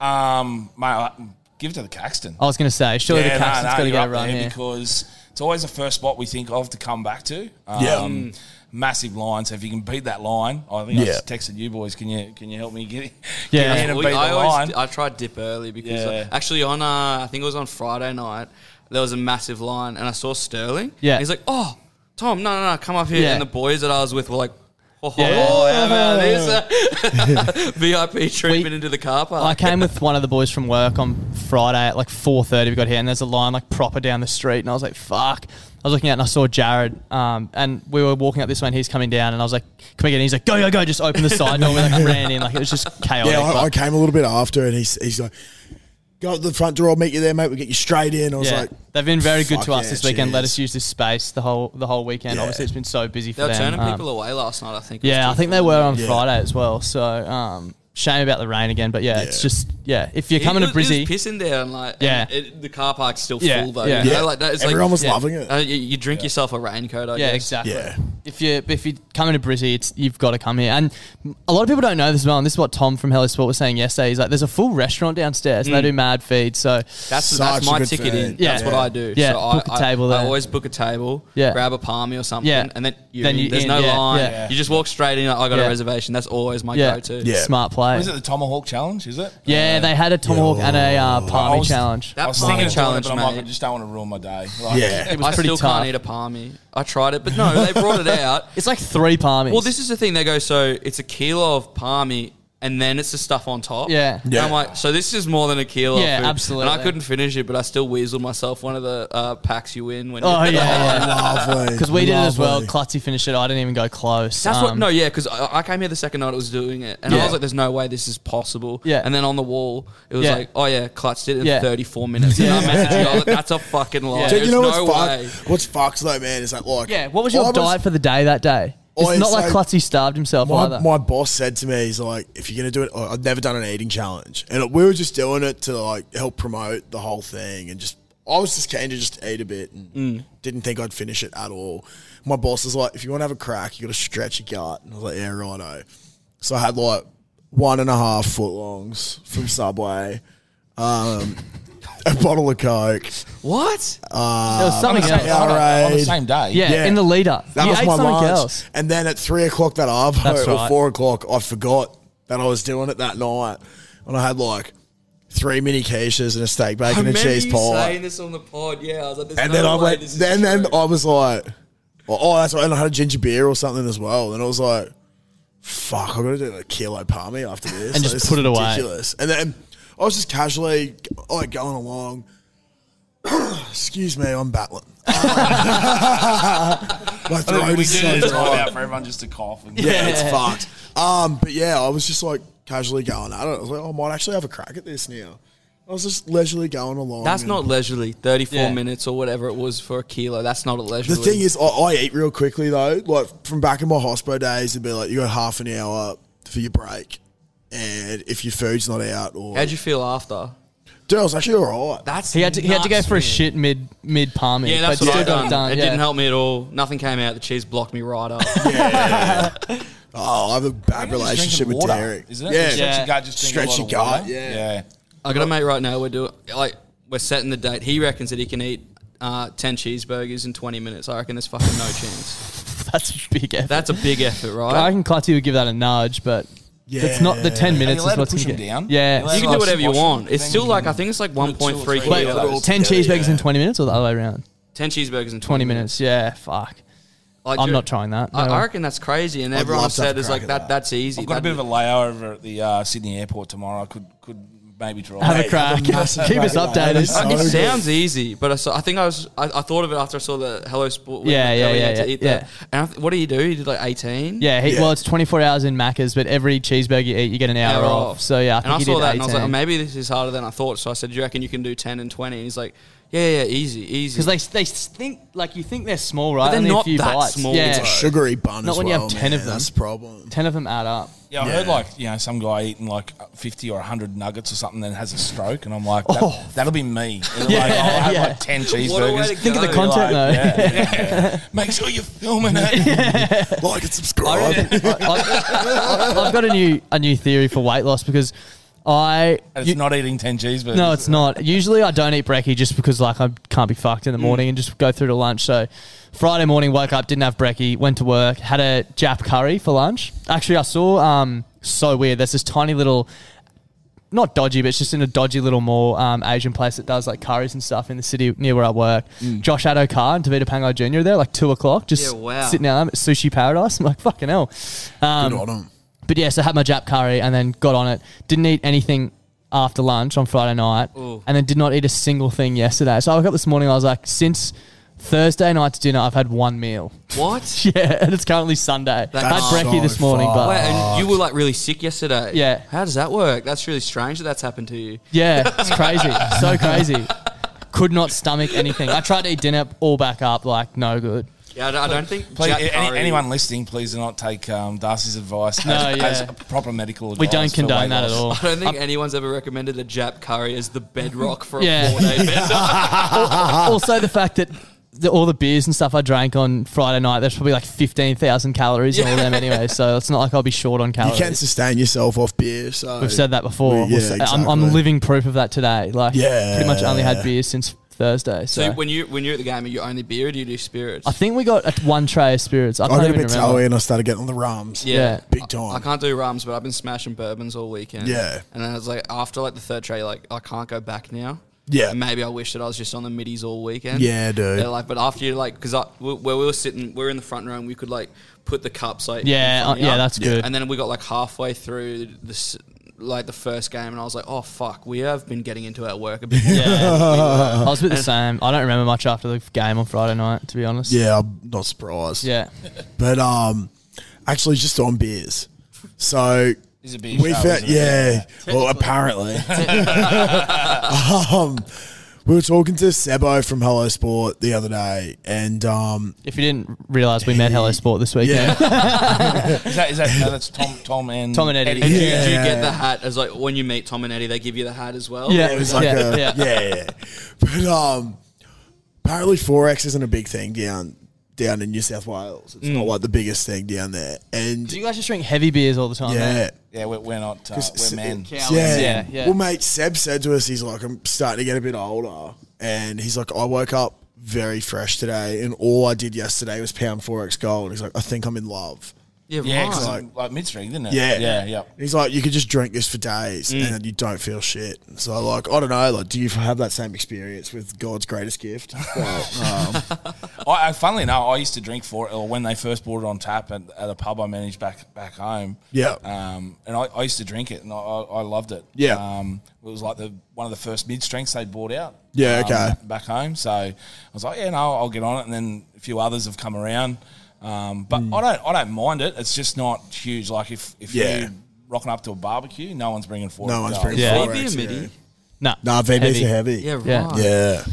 Speaker 7: Um, mate, I- give it to the Caxton.
Speaker 6: I was going to say surely the
Speaker 7: nah,
Speaker 6: Caxton's
Speaker 7: nah,
Speaker 6: got to
Speaker 7: you're
Speaker 6: get a
Speaker 7: up
Speaker 6: run
Speaker 7: there
Speaker 6: here.
Speaker 7: because it's always the first spot we think of to come back to. Um,
Speaker 4: Yeah.
Speaker 7: Massive line, so if you can beat that line, I think I
Speaker 4: Yeah.
Speaker 7: just texted you boys. Can you can you help me get it?
Speaker 6: Yeah.
Speaker 7: get in and
Speaker 5: We-
Speaker 7: beat the
Speaker 5: I always
Speaker 7: line.
Speaker 5: I tried dip early because
Speaker 7: Yeah.
Speaker 5: I- actually on uh, I think it was on Friday night there was a massive line and I saw Sterling.
Speaker 6: Yeah.
Speaker 5: he's like, oh, Tom, no, no, no, come up here.
Speaker 6: Yeah.
Speaker 5: And the boys that I was with were like, oh,
Speaker 6: Yeah.
Speaker 5: oh how about
Speaker 6: [laughs]
Speaker 5: this VIP treatment into the car park.
Speaker 6: I came with one of the boys from work on Friday at like four thirty. We got here and there's a line like proper down the street, and I was like, "Fuck!" I was looking out and I saw Jared, um, and we were walking up this way, and he's coming down, and I was like, "Can we get in?" He's like, "Go, go, go!" Just open the side door. We like ran in, like it was just chaotic.
Speaker 4: Yeah, I, I
Speaker 6: but-
Speaker 4: came a little bit after, and he's he's like, "Go to the front door. I'll meet you there, mate. We'll get you straight in." I was
Speaker 6: yeah.
Speaker 4: like,
Speaker 6: they've been very good
Speaker 4: "Fuck
Speaker 6: to us
Speaker 4: yeah,
Speaker 6: this weekend. Let
Speaker 4: cheers."
Speaker 6: us use this space the whole the whole weekend.
Speaker 4: Yeah.
Speaker 6: Obviously, it's been so busy for
Speaker 5: they were
Speaker 6: them.
Speaker 5: turning
Speaker 6: um,
Speaker 5: people away last night. I think. It was
Speaker 6: Yeah, I
Speaker 5: too
Speaker 6: think they
Speaker 5: full.
Speaker 6: were um, on
Speaker 4: Yeah.
Speaker 6: Friday as well. So um, shame about the rain again, but yeah, it's
Speaker 4: Yeah.
Speaker 6: just yeah. If you're coming
Speaker 5: it
Speaker 6: to
Speaker 5: was,
Speaker 6: Brizzy,
Speaker 5: it was pissing down. Like,
Speaker 6: Yeah.
Speaker 5: and it, the car park's still
Speaker 6: Yeah,
Speaker 5: full though.
Speaker 6: yeah.
Speaker 5: you know,
Speaker 4: Yeah.
Speaker 5: like that. It's
Speaker 4: Everyone
Speaker 5: like,
Speaker 4: was
Speaker 5: yeah.
Speaker 4: loving it.
Speaker 5: Uh, you, you drink yourself a raincoat. I
Speaker 6: Yeah,
Speaker 5: guess.
Speaker 6: exactly.
Speaker 4: Yeah.
Speaker 6: If you if you coming to Brizzy, it's you've got to come here. And a lot of people don't know this as well. And this is what Tom from Hello Sport was saying yesterday. He's like, there's a full restaurant downstairs,
Speaker 5: Mm.
Speaker 6: and they do mad feed. So
Speaker 5: That's
Speaker 4: Such
Speaker 5: that's
Speaker 4: a
Speaker 5: my
Speaker 4: good
Speaker 5: ticket in.
Speaker 4: food.
Speaker 5: That's
Speaker 6: Yeah.
Speaker 5: what I do.
Speaker 6: Yeah,
Speaker 5: so
Speaker 6: book
Speaker 5: I,
Speaker 6: a table
Speaker 5: I, I
Speaker 6: there.
Speaker 5: always book a table.
Speaker 6: Yeah.
Speaker 5: grab a palmy or something.
Speaker 6: Yeah.
Speaker 5: and then you.
Speaker 6: Then you
Speaker 5: there's
Speaker 6: in,
Speaker 5: no
Speaker 6: yeah,
Speaker 5: line.
Speaker 6: yeah.
Speaker 5: You just walk straight in. I got
Speaker 6: Yeah.
Speaker 5: a reservation. That's always my
Speaker 6: yeah,
Speaker 5: go-to.
Speaker 6: smart play.
Speaker 7: Is it the Tomahawk Challenge? Is it?
Speaker 6: Yeah, they had a tomahawk and a uh, palmy challenge.
Speaker 5: That
Speaker 7: I was
Speaker 5: palmy
Speaker 7: thinking of doing it,
Speaker 5: challenge,
Speaker 7: but I'm like,
Speaker 5: mate.
Speaker 7: I just don't want to ruin my day. Like,
Speaker 4: Yeah.
Speaker 7: [laughs]
Speaker 6: It was
Speaker 5: I
Speaker 6: pretty
Speaker 5: still
Speaker 6: tough.
Speaker 5: can't eat a palmy. I tried it, but no, they brought
Speaker 6: [laughs]
Speaker 5: it out.
Speaker 6: It's like three palmies.
Speaker 5: Well, this is the thing. They go, so it's a kilo of palmy, and then it's the stuff on top.
Speaker 6: Yeah.
Speaker 5: And I'm like, so this is more than a kilo.
Speaker 6: Yeah,
Speaker 5: of food.
Speaker 6: absolutely.
Speaker 5: And I couldn't finish it, but I still weaseled myself one of the uh, packs you win. When
Speaker 6: Oh
Speaker 4: [laughs]
Speaker 5: you- [laughs]
Speaker 6: yeah,
Speaker 4: Lovely.
Speaker 6: because we did it as well.
Speaker 4: Lovely.
Speaker 6: Clutzy finished it. I didn't even go close.
Speaker 5: That's what.
Speaker 6: Um,
Speaker 5: No, yeah, because I, I came here the second night it was doing it, and I was like, "There's no way this is possible."
Speaker 6: Yeah.
Speaker 5: And then on the wall, it was
Speaker 6: Yeah.
Speaker 5: like, "Oh yeah, clutched it in
Speaker 6: Yeah.
Speaker 5: 34 minutes." And I
Speaker 6: Yeah.
Speaker 5: messaged you, I was
Speaker 6: [laughs]
Speaker 5: like, "That's a fucking lie."
Speaker 6: Yeah.
Speaker 4: Dude,
Speaker 5: There's
Speaker 4: you know what's
Speaker 5: no way.
Speaker 4: fucked? What's fucked though, man, is that like
Speaker 6: Yeah, what was your
Speaker 4: I
Speaker 6: diet for the day that day? It's
Speaker 4: I-
Speaker 6: not like
Speaker 4: so-
Speaker 6: Clutzy starved himself
Speaker 4: My,
Speaker 6: either.
Speaker 4: my boss said to me, he's like, if you're gonna do it, oh, I've never done an eating challenge, and we were just doing it to like help promote the whole thing, and just I was just keen to just eat a bit, and didn't think I'd finish it at all. My boss was like, if you want to have a crack, you got to stretch your gut, and I was like, yeah, righto. So I had like one and a half foot longs from Subway, um, a bottle of Coke.
Speaker 5: What?
Speaker 6: there was something
Speaker 7: Same-
Speaker 6: else.
Speaker 4: Yeah,
Speaker 7: on, the- on the
Speaker 4: alright.
Speaker 7: same day.
Speaker 6: Yeah,
Speaker 4: Yeah.
Speaker 6: in the leader.
Speaker 4: That
Speaker 6: you
Speaker 4: was
Speaker 6: ate
Speaker 4: my
Speaker 6: something
Speaker 4: lunch.
Speaker 6: else.
Speaker 4: And then at three o'clock that arvo
Speaker 6: That's
Speaker 4: or
Speaker 6: right.
Speaker 4: four o'clock, I forgot that I was doing it that night, and I had like three mini quiches and a steak
Speaker 5: I
Speaker 4: bacon and
Speaker 5: remember
Speaker 4: a cheese
Speaker 5: you
Speaker 4: pie.
Speaker 5: saying this on the pod. Yeah, I was like, "There's
Speaker 4: And
Speaker 5: no
Speaker 4: then I
Speaker 5: way
Speaker 4: went.
Speaker 5: this is
Speaker 4: Then then
Speaker 5: true.
Speaker 4: I was like, oh, oh, that's right. And I had a ginger beer or something as well. And I was like, fuck, I got to do a kilo palmy after
Speaker 6: And
Speaker 4: this. Like,
Speaker 6: just
Speaker 4: this is
Speaker 6: put it away.
Speaker 4: ridiculous. And then I was just casually like going along. [coughs] Excuse me, I'm battling. [laughs] My
Speaker 7: I think
Speaker 4: throat
Speaker 7: we
Speaker 4: is
Speaker 7: do
Speaker 4: so
Speaker 7: [laughs] this all
Speaker 4: dry.
Speaker 7: out for everyone just to cough. And
Speaker 4: Yeah, it's fucked. Um, but yeah, I was just like casually going at it. I was like, oh, I might actually have a crack at this now. I was just leisurely going along.
Speaker 5: That's
Speaker 4: and-
Speaker 5: not leisurely. 34
Speaker 6: Yeah.
Speaker 5: minutes or whatever it was for a kilo. That's not a
Speaker 4: The
Speaker 5: leisurely.
Speaker 4: thing is, I, I eat real quickly though. Like from back in my hospital days, it'd be like you got half an hour for your break, and if your food's not out or
Speaker 5: how'd you feel after?
Speaker 4: dude, I was actually all right.
Speaker 5: That's
Speaker 6: He had to, he had to go
Speaker 5: nuts,
Speaker 6: for a
Speaker 5: man.
Speaker 6: shit mid mid palmy.
Speaker 5: Yeah, that's
Speaker 6: but
Speaker 5: what
Speaker 6: still
Speaker 5: I
Speaker 6: got
Speaker 5: done.
Speaker 6: it done.
Speaker 5: It
Speaker 6: yeah.
Speaker 5: didn't help me at all. Nothing came out. The cheese blocked me right up.
Speaker 6: [laughs]
Speaker 4: [laughs] Oh, I have a bad relationship with dairy.
Speaker 7: Isn't it?
Speaker 4: Yeah,
Speaker 7: Stretch
Speaker 6: Yeah.
Speaker 7: your gut, just drink a
Speaker 4: Stretch
Speaker 7: lot
Speaker 4: your
Speaker 7: of
Speaker 4: gut,
Speaker 7: water.
Speaker 4: yeah.
Speaker 7: yeah.
Speaker 5: I got a mate right now. We're doing like we're setting the date. He reckons that he can eat uh, ten cheeseburgers in twenty minutes. I reckon there's fucking no chance.
Speaker 6: [laughs] That's a big effort.
Speaker 5: That's a big
Speaker 6: I
Speaker 5: effort, right?
Speaker 6: reckon Clutty would give that a nudge, but it's not the ten minutes.
Speaker 7: allowed
Speaker 6: is
Speaker 7: to
Speaker 6: what's
Speaker 7: push
Speaker 6: gonna
Speaker 7: him
Speaker 6: get-
Speaker 7: down?
Speaker 6: Yeah,
Speaker 7: You're allowed
Speaker 5: You
Speaker 7: to
Speaker 5: can do
Speaker 7: like
Speaker 5: whatever you
Speaker 7: squash
Speaker 5: want.
Speaker 7: them,
Speaker 5: It's
Speaker 7: then
Speaker 5: still
Speaker 7: you
Speaker 5: like
Speaker 7: can
Speaker 5: I think it's like
Speaker 7: do two or
Speaker 5: 1.3
Speaker 7: three
Speaker 6: Wait,
Speaker 7: of
Speaker 5: kilos.
Speaker 7: those.
Speaker 6: ten
Speaker 4: Yeah,
Speaker 6: cheeseburgers in
Speaker 4: yeah.
Speaker 6: twenty minutes or the other way around?
Speaker 5: Ten cheeseburgers in twenty,
Speaker 6: Twenty minutes. Yeah, fuck.
Speaker 5: Like,
Speaker 6: I'm
Speaker 5: dude,
Speaker 6: not trying that.
Speaker 5: I,
Speaker 6: no
Speaker 5: I
Speaker 6: way.
Speaker 5: reckon that's crazy, and
Speaker 4: I'd
Speaker 5: everyone
Speaker 4: love to have
Speaker 5: said
Speaker 4: a
Speaker 5: is
Speaker 4: crack
Speaker 5: like
Speaker 4: at
Speaker 5: that.
Speaker 4: that.
Speaker 5: That's easy.
Speaker 7: I've got a bit
Speaker 5: That'd
Speaker 7: of a layover at the uh, Sydney airport tomorrow. I could could maybe try.
Speaker 6: have a
Speaker 7: it.
Speaker 6: crack. [laughs] Keep us updated.
Speaker 4: That's so
Speaker 5: it
Speaker 4: good.
Speaker 5: sounds easy, but I, saw, I think I was I, I thought of it after I saw the Hello Sport.
Speaker 6: Yeah,
Speaker 5: when
Speaker 6: yeah,
Speaker 5: we had
Speaker 6: yeah,
Speaker 5: to
Speaker 6: yeah,
Speaker 5: eat that. And I th- what do you do? You did like eighteen.
Speaker 6: Yeah, he,
Speaker 4: Yeah.
Speaker 6: well, it's 24 hours in Macca's, but every cheeseburger you eat, you get an hour, off. So yeah, I think
Speaker 5: and I
Speaker 6: he
Speaker 5: saw
Speaker 6: did
Speaker 5: that and I was like,
Speaker 6: 18.
Speaker 5: oh, maybe this is harder than I thought. So I said, do you reckon you can do ten and twenty? And he's like, Yeah, yeah, easy, easy.
Speaker 6: Because they, they think like you think they're small, right?
Speaker 5: they're
Speaker 6: Only a
Speaker 5: not
Speaker 6: few
Speaker 5: that
Speaker 6: bites.
Speaker 5: small,
Speaker 6: Yeah.
Speaker 5: bro.
Speaker 4: Sugary bun
Speaker 6: Not
Speaker 4: as
Speaker 6: when you have
Speaker 4: well,
Speaker 6: 10 of
Speaker 4: man.
Speaker 6: them.
Speaker 4: That's
Speaker 6: [laughs]
Speaker 4: the problem.
Speaker 6: Ten of them add up.
Speaker 7: Yeah, I heard like you know some guy eating like uh, fifty or hundred nuggets or something, then has a stroke, and I'm like, that, that'll
Speaker 6: [laughs]
Speaker 7: be me. And
Speaker 6: Oh. Yeah,
Speaker 7: like, I'll have
Speaker 6: yeah.
Speaker 7: like ten cheeseburgers.
Speaker 5: What a way to Think of the go.
Speaker 6: content, though.
Speaker 7: Yeah, yeah, [laughs] yeah. Make sure you're filming
Speaker 6: [laughs]
Speaker 7: it.
Speaker 4: Like and subscribe.
Speaker 6: I, [laughs] I've got a new a new theory for weight loss because I
Speaker 7: And it's not eating ten cheeseburgers.
Speaker 6: No, it's
Speaker 5: [laughs]
Speaker 6: not. Usually, I don't eat brekkie just because like I can't be fucked in
Speaker 5: Mm.
Speaker 6: the morning and just go through to lunch. So, Friday morning, woke up, didn't have brekkie, went to work, had a Jap curry for lunch. Actually, I saw um so weird. There's this tiny little, not dodgy, but it's just in a dodgy little mall, um, Asian place that does like curries and stuff in the city near where I work. Josh Adokar and Tavita Pango Jr. there like two o'clock, just
Speaker 5: Mm. Yeah, wow.
Speaker 6: sitting down at sushi paradise. [laughs] I'm like fucking hell. Um,
Speaker 4: Good on 'em.
Speaker 6: but yeah, so I had my Jap curry and then got on it. Didn't eat anything after lunch on Friday night, and then did not eat a single thing yesterday. So I woke up this morning. I was like, since Thursday night to dinner, I've had one meal. [laughs]
Speaker 5: what?
Speaker 6: yeah, and it's currently Sunday. I had
Speaker 5: That's
Speaker 6: brekkie
Speaker 4: so
Speaker 6: this morning, but
Speaker 5: Wait, and you were like really sick yesterday.
Speaker 6: Yeah.
Speaker 5: How does that work? That's really strange that that's happened to you.
Speaker 6: yeah,
Speaker 7: [laughs]
Speaker 6: it's crazy, so crazy. Could not stomach anything. I tried to eat dinner all back up, like no good.
Speaker 5: Yeah, I don't, I don't think.
Speaker 7: Please,
Speaker 5: Jack
Speaker 7: any-
Speaker 5: Curry-
Speaker 7: anyone listening, please do not take um, Darcy's advice
Speaker 6: No,
Speaker 7: as,
Speaker 6: yeah.
Speaker 7: as a proper medical advice.
Speaker 6: We don't
Speaker 7: for
Speaker 6: condone
Speaker 7: Oh, weight
Speaker 6: that at
Speaker 7: loss. [laughs]
Speaker 6: all.
Speaker 5: [laughs] I don't think anyone's ever recommended a Jap curry as the bedrock for
Speaker 6: [laughs]
Speaker 5: a
Speaker 6: Yeah.
Speaker 5: four-day fast.
Speaker 6: also the fact that the, all the beers and stuff I drank on Friday night, there's probably like 15,000 calories in all them anyway. So it's not like I'll be short on
Speaker 4: You
Speaker 6: calories.
Speaker 4: can sustain yourself off beer. So
Speaker 6: We've said that before.
Speaker 4: Well, yeah,
Speaker 6: We'll s- I'm, I'm
Speaker 4: exactly.
Speaker 6: living proof of that today. Like,
Speaker 4: Yeah.
Speaker 6: pretty much only had beer since Thursday. So,
Speaker 5: So when you when you're at the game, are you only beer or do you do spirits?
Speaker 6: I think we got a, one tray of spirits. I,
Speaker 4: I
Speaker 6: can't
Speaker 4: got a
Speaker 6: even
Speaker 4: bit
Speaker 6: remember.
Speaker 4: toey and I started getting on the rums.
Speaker 6: Yeah.
Speaker 4: Big
Speaker 5: I
Speaker 4: time.
Speaker 5: can't do rums, but I've been smashing bourbons all weekend.
Speaker 4: Yeah.
Speaker 5: And then it's like after like the third tray, like I can't go back now.
Speaker 4: Yeah.
Speaker 5: And maybe I wish that I was just on the middies all weekend.
Speaker 4: Yeah, dude.
Speaker 5: They're like, but after you like, because where we were sitting, we are in the front row and we could like put the cups like. in
Speaker 6: Yeah,
Speaker 5: front
Speaker 6: uh,
Speaker 5: of
Speaker 6: yeah,
Speaker 5: you.
Speaker 6: that's Yeah. good.
Speaker 5: And then we got like halfway through this. Like the first game, and I was like, "Oh fuck, we have been getting into our work a bit."
Speaker 6: [laughs]
Speaker 4: [laughs]
Speaker 5: More
Speaker 6: Yeah. I was a bit the same. I don't remember much after the game on Friday night, to be honest.
Speaker 4: Yeah, I'm not surprised.
Speaker 6: Yeah.
Speaker 4: But um, actually, just on beers. So
Speaker 7: It's a beer
Speaker 4: we
Speaker 7: show,
Speaker 4: found,
Speaker 7: isn't it?
Speaker 4: yeah.
Speaker 6: [laughs]
Speaker 4: Well, apparently, um, we were talking to Sebo from Hello Sport the other day, and um,
Speaker 6: If you didn't realise, we met Hello Sport this weekend.
Speaker 4: yeah,
Speaker 7: Is that, is that no, that's Tom,
Speaker 6: [laughs]
Speaker 7: Tom and
Speaker 6: Tom and Eddie.
Speaker 5: And do, you, do you
Speaker 4: Yeah.
Speaker 5: get the hat as like when you meet Tom and Eddie, they give you the hat as well?
Speaker 6: Yeah.
Speaker 4: it was like
Speaker 6: Yeah,
Speaker 4: a
Speaker 6: yeah.
Speaker 4: yeah. yeah, yeah. But um, apparently forex isn't a big thing down down in New South Wales. It's not like the biggest thing down there, and
Speaker 6: Mm. Do you guys just drink heavy beers all the time? eh?
Speaker 4: yeah.
Speaker 7: Yeah, we're, we're not. Uh,
Speaker 4: s-
Speaker 7: we're men.
Speaker 4: Yeah.
Speaker 6: Yeah, yeah.
Speaker 4: Well, mate, Seb said to us, he's like, I'm starting to get a bit older. And he's like, I woke up very fresh today, and all I did yesterday was pound 4x gold. He's like, I think I'm in love.
Speaker 5: yeah,
Speaker 7: Yeah, 'cause
Speaker 5: right.
Speaker 7: it's like, midstream, didn't it?
Speaker 4: Yeah.
Speaker 7: yeah, yeah.
Speaker 4: And he's like, you could just drink this for days
Speaker 6: Mm.
Speaker 4: and then you don't feel shit. So, like, I don't know, like, do you have that same experience with God's greatest
Speaker 7: [laughs]
Speaker 4: gift? Well, um,
Speaker 7: I, I funnily enough, I used to drink for it or when they first bought it on tap at, at a pub I managed back back home.
Speaker 4: Yeah.
Speaker 7: Um, and I, I used to drink it and I, I, I loved it.
Speaker 4: Yeah.
Speaker 7: Um, it was like the one of the first mid strengths they bought out.
Speaker 4: Yeah, okay.
Speaker 7: ba- Back home, so I was like, yeah, no, I'll get on it. And then a few others have come around, um, but
Speaker 4: Hmm.
Speaker 7: I don't I don't mind it. It's just not huge. Like if if
Speaker 4: Yeah.
Speaker 7: you rocking up to a barbecue, no one's bringing four.
Speaker 4: no one's bringing
Speaker 6: Yeah.
Speaker 5: Can
Speaker 4: 4x.
Speaker 5: you be a
Speaker 4: yeah.
Speaker 5: midi?
Speaker 6: Nah.
Speaker 4: Nah, VBs are heavy.
Speaker 5: Yeah, right.
Speaker 6: Yeah.
Speaker 5: Oh,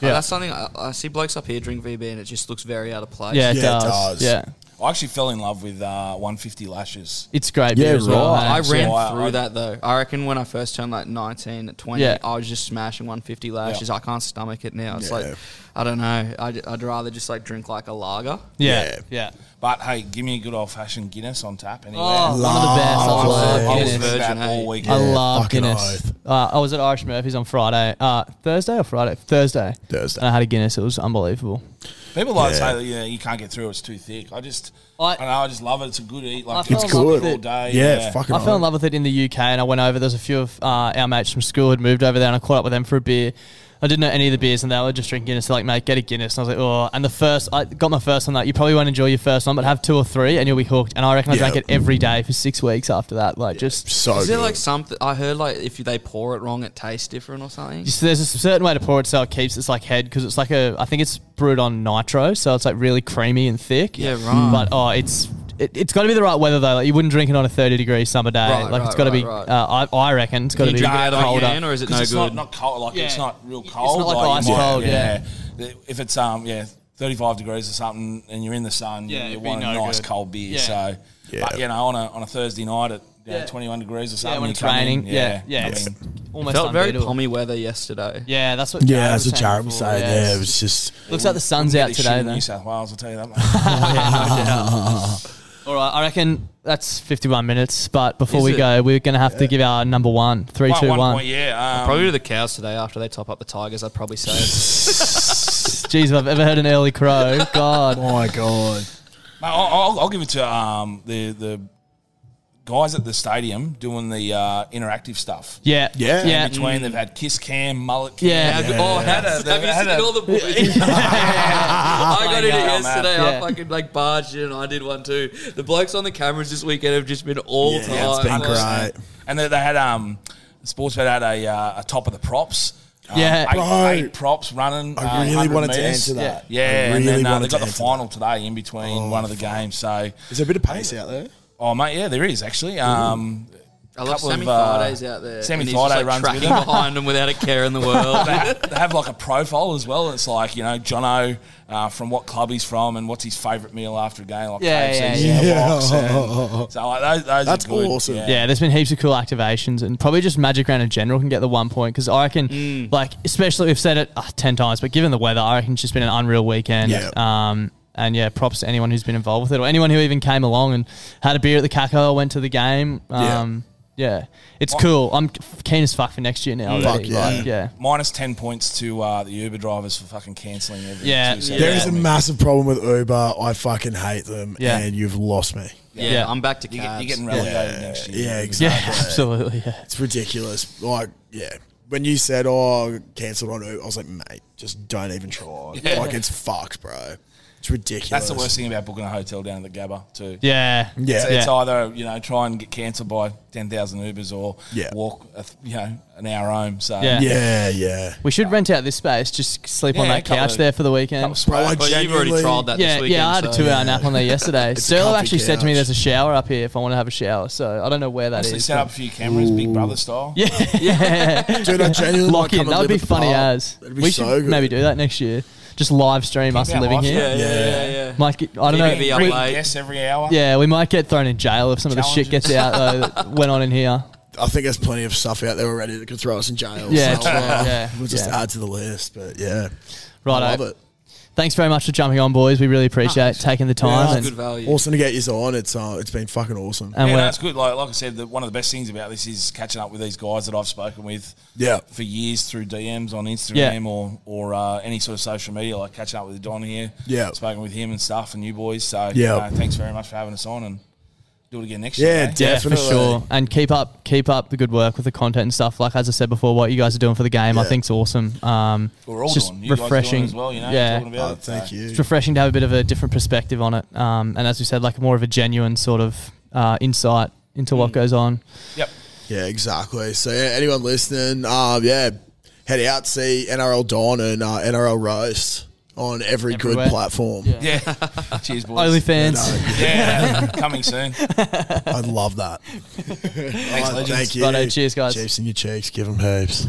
Speaker 4: Yeah.
Speaker 5: that's something I, I see blokes up here drink VB and it just looks very out of place.
Speaker 6: Yeah, it,
Speaker 4: Yeah, it
Speaker 6: does.
Speaker 4: does.
Speaker 6: Yeah.
Speaker 7: I actually fell in love with uh, 150 lashes.
Speaker 6: It's great
Speaker 4: Yeah,
Speaker 6: beer as well.
Speaker 4: right.
Speaker 6: eh?
Speaker 5: I ran
Speaker 7: Yeah. I-
Speaker 5: through
Speaker 7: I-
Speaker 5: that though. I reckon when I first turned like 19, 20,
Speaker 6: Yeah.
Speaker 5: I was just smashing 150 lashes. I can't stomach it now. It's
Speaker 4: Yeah.
Speaker 5: like, I don't know. I'd, I'd rather just like drink like a lager.
Speaker 6: Yeah. Yeah.
Speaker 7: But hey, give me a good old fashioned Guinness on tap anyway.
Speaker 6: One of the best. Oh, I
Speaker 7: I was,
Speaker 6: love
Speaker 7: I was
Speaker 6: Guinness.
Speaker 5: Virgin,
Speaker 7: about
Speaker 5: hey.
Speaker 7: all week.
Speaker 6: I love
Speaker 4: fucking
Speaker 6: Guinness.
Speaker 4: oath.
Speaker 6: Uh, I was at Irish Murphy's on Friday, uh, Thursday or Friday, Thursday.
Speaker 4: Thursday.
Speaker 6: And I had a Guinness. It was unbelievable.
Speaker 7: People like to say that you, know, you can't get through; it's too thick. I just, I,
Speaker 6: I-
Speaker 7: don't know. I just love it. It's a good eat.
Speaker 6: I
Speaker 7: Like
Speaker 6: fell
Speaker 4: in love with
Speaker 7: all
Speaker 6: it.
Speaker 7: day.
Speaker 4: Yeah, fucking
Speaker 6: I fell in love with it in the UK, and I went over. There's a few of uh, our mates from school had moved over there, and I caught up with them for a beer. I didn't know any of the beers, and they were just drinking Guinness. They're like, "Mate, get a Guinness." And I was like, "Oh." And the first, I got my first one. That you probably won't enjoy your first one, but have two or three, and you'll be hooked. And I reckon I
Speaker 4: Yeah.
Speaker 6: drank it every day for six weeks after that. Like, just
Speaker 4: So
Speaker 5: Is
Speaker 4: good.
Speaker 5: there like something? I heard like if they pour it wrong, it tastes different or something.
Speaker 6: So there's a certain way to pour it so it keeps its like head because it's like a I think it's brewed on nitro so it's like really creamy and thick.
Speaker 5: Yeah, right.
Speaker 6: But oh, it's it, it's got to be the right weather though. Like you wouldn't drink it on a thirty degree summer day.
Speaker 5: Right,
Speaker 6: like
Speaker 5: right,
Speaker 6: it's got to
Speaker 5: right,
Speaker 6: be.
Speaker 5: right.
Speaker 6: Uh, I, I reckon it's got to
Speaker 5: you
Speaker 6: be
Speaker 5: drink it like
Speaker 6: colder.
Speaker 5: can, or is it no
Speaker 7: 'Cause it's
Speaker 5: good?
Speaker 7: Not, not cold, like it's
Speaker 6: Yeah.
Speaker 7: not real
Speaker 6: It's
Speaker 7: cold.
Speaker 6: not like
Speaker 7: you
Speaker 6: ice
Speaker 7: might-
Speaker 6: cold, yeah.
Speaker 7: yeah. If it's um yeah, thirty five degrees or something, and you're in the sun,
Speaker 6: Yeah,
Speaker 7: yeah, you
Speaker 6: it'd be
Speaker 7: want a
Speaker 6: no
Speaker 7: nice
Speaker 6: good.
Speaker 7: cold beer.
Speaker 6: Yeah.
Speaker 7: So, but you know, on a on a Thursday night at you know,
Speaker 6: Yeah.
Speaker 7: twenty one degrees or something,
Speaker 6: yeah, when
Speaker 7: you
Speaker 6: it's
Speaker 7: come in,
Speaker 6: raining. yeah, yeah.
Speaker 7: I
Speaker 6: it's
Speaker 7: mean,
Speaker 6: almost
Speaker 5: Felt very
Speaker 6: unbeatable.
Speaker 5: pommy weather yesterday.
Speaker 6: Yeah, that's what.
Speaker 4: Yeah,
Speaker 6: Jared
Speaker 4: that's
Speaker 6: was
Speaker 4: what
Speaker 6: saying
Speaker 4: Jared was
Speaker 6: before,
Speaker 4: saying.
Speaker 6: yeah.
Speaker 4: Yeah, it was just.
Speaker 6: Looks like the sun's out
Speaker 7: really shit
Speaker 6: today
Speaker 7: in
Speaker 6: though.
Speaker 7: New South Wales, I'll tell you
Speaker 6: [laughs]
Speaker 7: that. mate.
Speaker 6: All right, I reckon that's 51 minutes. But before
Speaker 5: Is
Speaker 6: we
Speaker 5: it?
Speaker 6: go, we're going to have to give our number one, three,
Speaker 7: One-
Speaker 6: two,
Speaker 7: one
Speaker 6: one.
Speaker 7: point, yeah. Um,
Speaker 5: Probably to the cows today after they top up the Tigers. I'd probably say
Speaker 6: Jeez, if I've ever heard an early
Speaker 5: [laughs]
Speaker 6: crow. God.
Speaker 4: Oh [laughs] my god.
Speaker 7: Mate, I'll, I'll, I'll give it to um, the the guys at the stadium doing the uh, interactive stuff.
Speaker 6: Yeah.
Speaker 4: Yeah.
Speaker 6: Yeah.
Speaker 7: In between, they've had kiss cam, mullet cam.
Speaker 6: Yeah.
Speaker 7: They've all had a- they've
Speaker 5: Have you
Speaker 7: had
Speaker 5: seen
Speaker 7: a-
Speaker 5: all the boys? [laughs] I got in it
Speaker 7: Oh, man.
Speaker 5: yesterday.
Speaker 6: Yeah.
Speaker 5: I fucking like barged in and I did one too. The blokes on the cameras this weekend have just been all
Speaker 4: Yeah,
Speaker 5: time.
Speaker 4: it's been
Speaker 5: Like,
Speaker 4: great.
Speaker 7: And they, they had um, sports bet had a, uh, a top of the props. Um,
Speaker 6: Yeah.
Speaker 4: Bro.
Speaker 7: eight, eight props running. uh,
Speaker 4: I really
Speaker 7: 100
Speaker 4: wanted to
Speaker 7: meters.
Speaker 4: answer that.
Speaker 7: Yeah,
Speaker 4: I
Speaker 7: and
Speaker 4: really
Speaker 7: then uh,
Speaker 4: wanted
Speaker 7: they got
Speaker 4: to
Speaker 7: the
Speaker 4: answer Oh,
Speaker 7: final today in between one of the games. So,
Speaker 4: Is there a bit of pace out there?
Speaker 7: oh mate, yeah, there is actually. Um,
Speaker 5: I love
Speaker 7: Couple of,
Speaker 5: Sammy
Speaker 7: uh,
Speaker 5: Fridays out there.
Speaker 7: Sammy
Speaker 5: and he's just,
Speaker 7: Friday
Speaker 5: like,
Speaker 7: runs with
Speaker 5: tracking
Speaker 7: him.
Speaker 5: behind them without a care
Speaker 7: [laughs]
Speaker 5: in the world.
Speaker 7: they, ha- they have like a profile as well. It's like you know Jono uh, from what club he's from and what's his favourite meal after a game, like
Speaker 6: Yeah,
Speaker 7: KFC,
Speaker 6: yeah,
Speaker 7: Skinner
Speaker 4: yeah.
Speaker 7: Box,
Speaker 4: [laughs]
Speaker 7: and- so like those, those
Speaker 4: That's
Speaker 7: are good.
Speaker 4: awesome.
Speaker 6: Yeah, there's been heaps of cool activations, and probably just Magic Round in general can get the one point because I reckon, like, especially we've said it uh, 10 times, but given the weather, I reckon it's just been an unreal weekend.
Speaker 4: Yeah.
Speaker 6: Um, and yeah, props to anyone who's been involved with it or anyone who even came along and had a beer at the Caco or went to the game.
Speaker 4: Yeah.
Speaker 6: Um, yeah. It's cool. I'm keen as fuck for next year now.
Speaker 4: Fuck
Speaker 6: already.
Speaker 4: yeah.
Speaker 6: Like, yeah.
Speaker 7: Minus ten points to uh, the Uber drivers for fucking cancelling every.
Speaker 6: Yeah,
Speaker 7: two seconds.
Speaker 4: There is a massive problem with Uber. I fucking hate them.
Speaker 6: Yeah.
Speaker 4: And you've lost me.
Speaker 5: yeah,
Speaker 6: Yeah.
Speaker 5: I'm back to
Speaker 7: You get,
Speaker 5: cabs.
Speaker 7: you're getting relegated next year.
Speaker 4: Yeah,
Speaker 6: Yeah, [laughs]
Speaker 4: exactly.
Speaker 6: absolutely. Yeah.
Speaker 4: It's ridiculous. Like, yeah. When you said, oh, cancelled on Uber, I was like, mate, just don't even try. Like, it's fucked, bro. It's ridiculous.
Speaker 7: That's the worst thing about booking a hotel down at the Gabba too.
Speaker 6: Yeah.
Speaker 4: Yeah.
Speaker 7: It's
Speaker 6: Yeah.
Speaker 7: either you know try and get cancelled by ten thousand Ubers or
Speaker 4: Yeah.
Speaker 7: walk a th- you know an hour home. So
Speaker 6: Yeah.
Speaker 4: Yeah, yeah.
Speaker 6: We should rent out this space, just sleep on
Speaker 7: Yeah,
Speaker 6: that
Speaker 7: couple
Speaker 6: couch
Speaker 7: of-
Speaker 6: there for the weekend.
Speaker 4: Bro, I
Speaker 5: Well, you've already
Speaker 4: genuinely-
Speaker 5: tried that
Speaker 6: Yeah,
Speaker 5: this weekend.
Speaker 6: yeah, I had a
Speaker 5: so-
Speaker 6: two hour nap on there yesterday.
Speaker 4: [laughs] It's a
Speaker 6: Sterlo
Speaker 4: comfy
Speaker 6: actually said to me
Speaker 4: couch.
Speaker 6: there's a shower up here if I want to have a shower, so I don't know where that
Speaker 7: Actually
Speaker 6: is. [laughs]
Speaker 7: set up a few cameras, Big Brother style. Yeah,
Speaker 4: [laughs] Dude, I genuinely
Speaker 6: [laughs] Lock
Speaker 4: might come
Speaker 6: in.
Speaker 4: and
Speaker 6: That would
Speaker 4: live
Speaker 6: be
Speaker 4: at the
Speaker 6: funny
Speaker 4: park.
Speaker 6: as.
Speaker 4: That'd be
Speaker 6: we
Speaker 4: so
Speaker 6: should
Speaker 4: good.
Speaker 6: maybe do that next year. Just live stream us
Speaker 7: out
Speaker 6: living
Speaker 7: live
Speaker 6: here.
Speaker 5: Yeah, yeah, yeah,
Speaker 4: Yeah.
Speaker 5: yeah.
Speaker 6: Might get, I don't
Speaker 5: Keep it
Speaker 6: know.
Speaker 5: up.
Speaker 7: Bring
Speaker 5: late.
Speaker 7: guests every hour.
Speaker 6: Yeah, we might get thrown in jail if some of the shit gets out though that went on in here.
Speaker 4: [laughs] I think there's plenty of stuff out there already that could throw us in jail.
Speaker 6: Yeah,
Speaker 4: so,
Speaker 6: true,
Speaker 4: uh,
Speaker 6: [laughs] yeah,
Speaker 4: We'll just
Speaker 6: yeah.
Speaker 4: add to the list, but yeah. I
Speaker 6: Right,
Speaker 4: love it. Ah,
Speaker 6: thanks very much for jumping on, boys. We really appreciate taking the time.
Speaker 4: Yeah,
Speaker 6: and
Speaker 5: Good value.
Speaker 4: Awesome to get you on. It's uh, It's been fucking awesome.
Speaker 6: and
Speaker 7: yeah,
Speaker 6: we're-
Speaker 7: that's good. Like, like I said, the, one of the best things about this is catching up with these guys that I've spoken with
Speaker 4: Yeah.
Speaker 7: for years through DMs on Instagram
Speaker 6: Yeah.
Speaker 7: or or uh, any sort of social media. Like catching up with Don here,
Speaker 4: Yeah.
Speaker 7: spoken with him and stuff, and you boys. So
Speaker 4: Yeah.
Speaker 7: you know, thanks very much for having us on, and do it again next
Speaker 4: Yeah,
Speaker 7: year. eh?
Speaker 4: definitely.
Speaker 6: Yeah, for sure. And keep up, keep up the good work with the content and stuff. Like as I said before, what you guys are doing for the game, I
Speaker 4: Yeah.
Speaker 6: think's awesome. Um,
Speaker 7: We're all
Speaker 6: it's just
Speaker 7: doing. You
Speaker 6: refreshing
Speaker 7: guys doing it as well. You know,
Speaker 6: yeah,
Speaker 7: talking about
Speaker 4: Uh,
Speaker 7: it,
Speaker 4: thank
Speaker 7: so.
Speaker 4: you.
Speaker 6: it's refreshing to have a bit of a different perspective on it. Um, and as we said, like more of a genuine sort of uh, insight into
Speaker 7: Hmm.
Speaker 6: what goes on.
Speaker 7: Yep.
Speaker 4: Yeah, exactly. So yeah, anyone listening, um, yeah, head out see NRL Dawn and uh, NRL Roast on every
Speaker 6: Everywhere.
Speaker 4: good platform.
Speaker 7: Yeah. Cheers, boys.
Speaker 6: OnlyFans. [laughs]
Speaker 7: Yeah, coming soon.
Speaker 4: I'd love that.
Speaker 7: Thanks,
Speaker 4: Alright,
Speaker 7: legends.
Speaker 4: Thank you.
Speaker 6: Righto, cheers, guys.
Speaker 4: Chiefs in your cheeks. Give them heaps.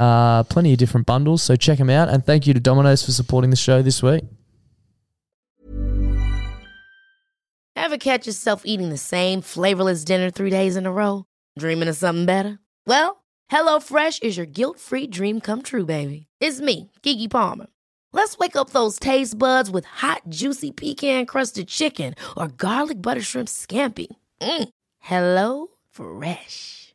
Speaker 6: Uh, plenty of different bundles, so check them out. And thank you to Domino's for supporting the show this week.
Speaker 8: Ever catch yourself eating the same flavorless dinner three days in a row? Dreaming of something better? Well, HelloFresh is your guilt free dream come true, baby. It's me, Gigi Palmer. Let's wake up those taste buds with hot, juicy pecan crusted chicken or garlic butter shrimp scampi. Mm. Hello Fresh.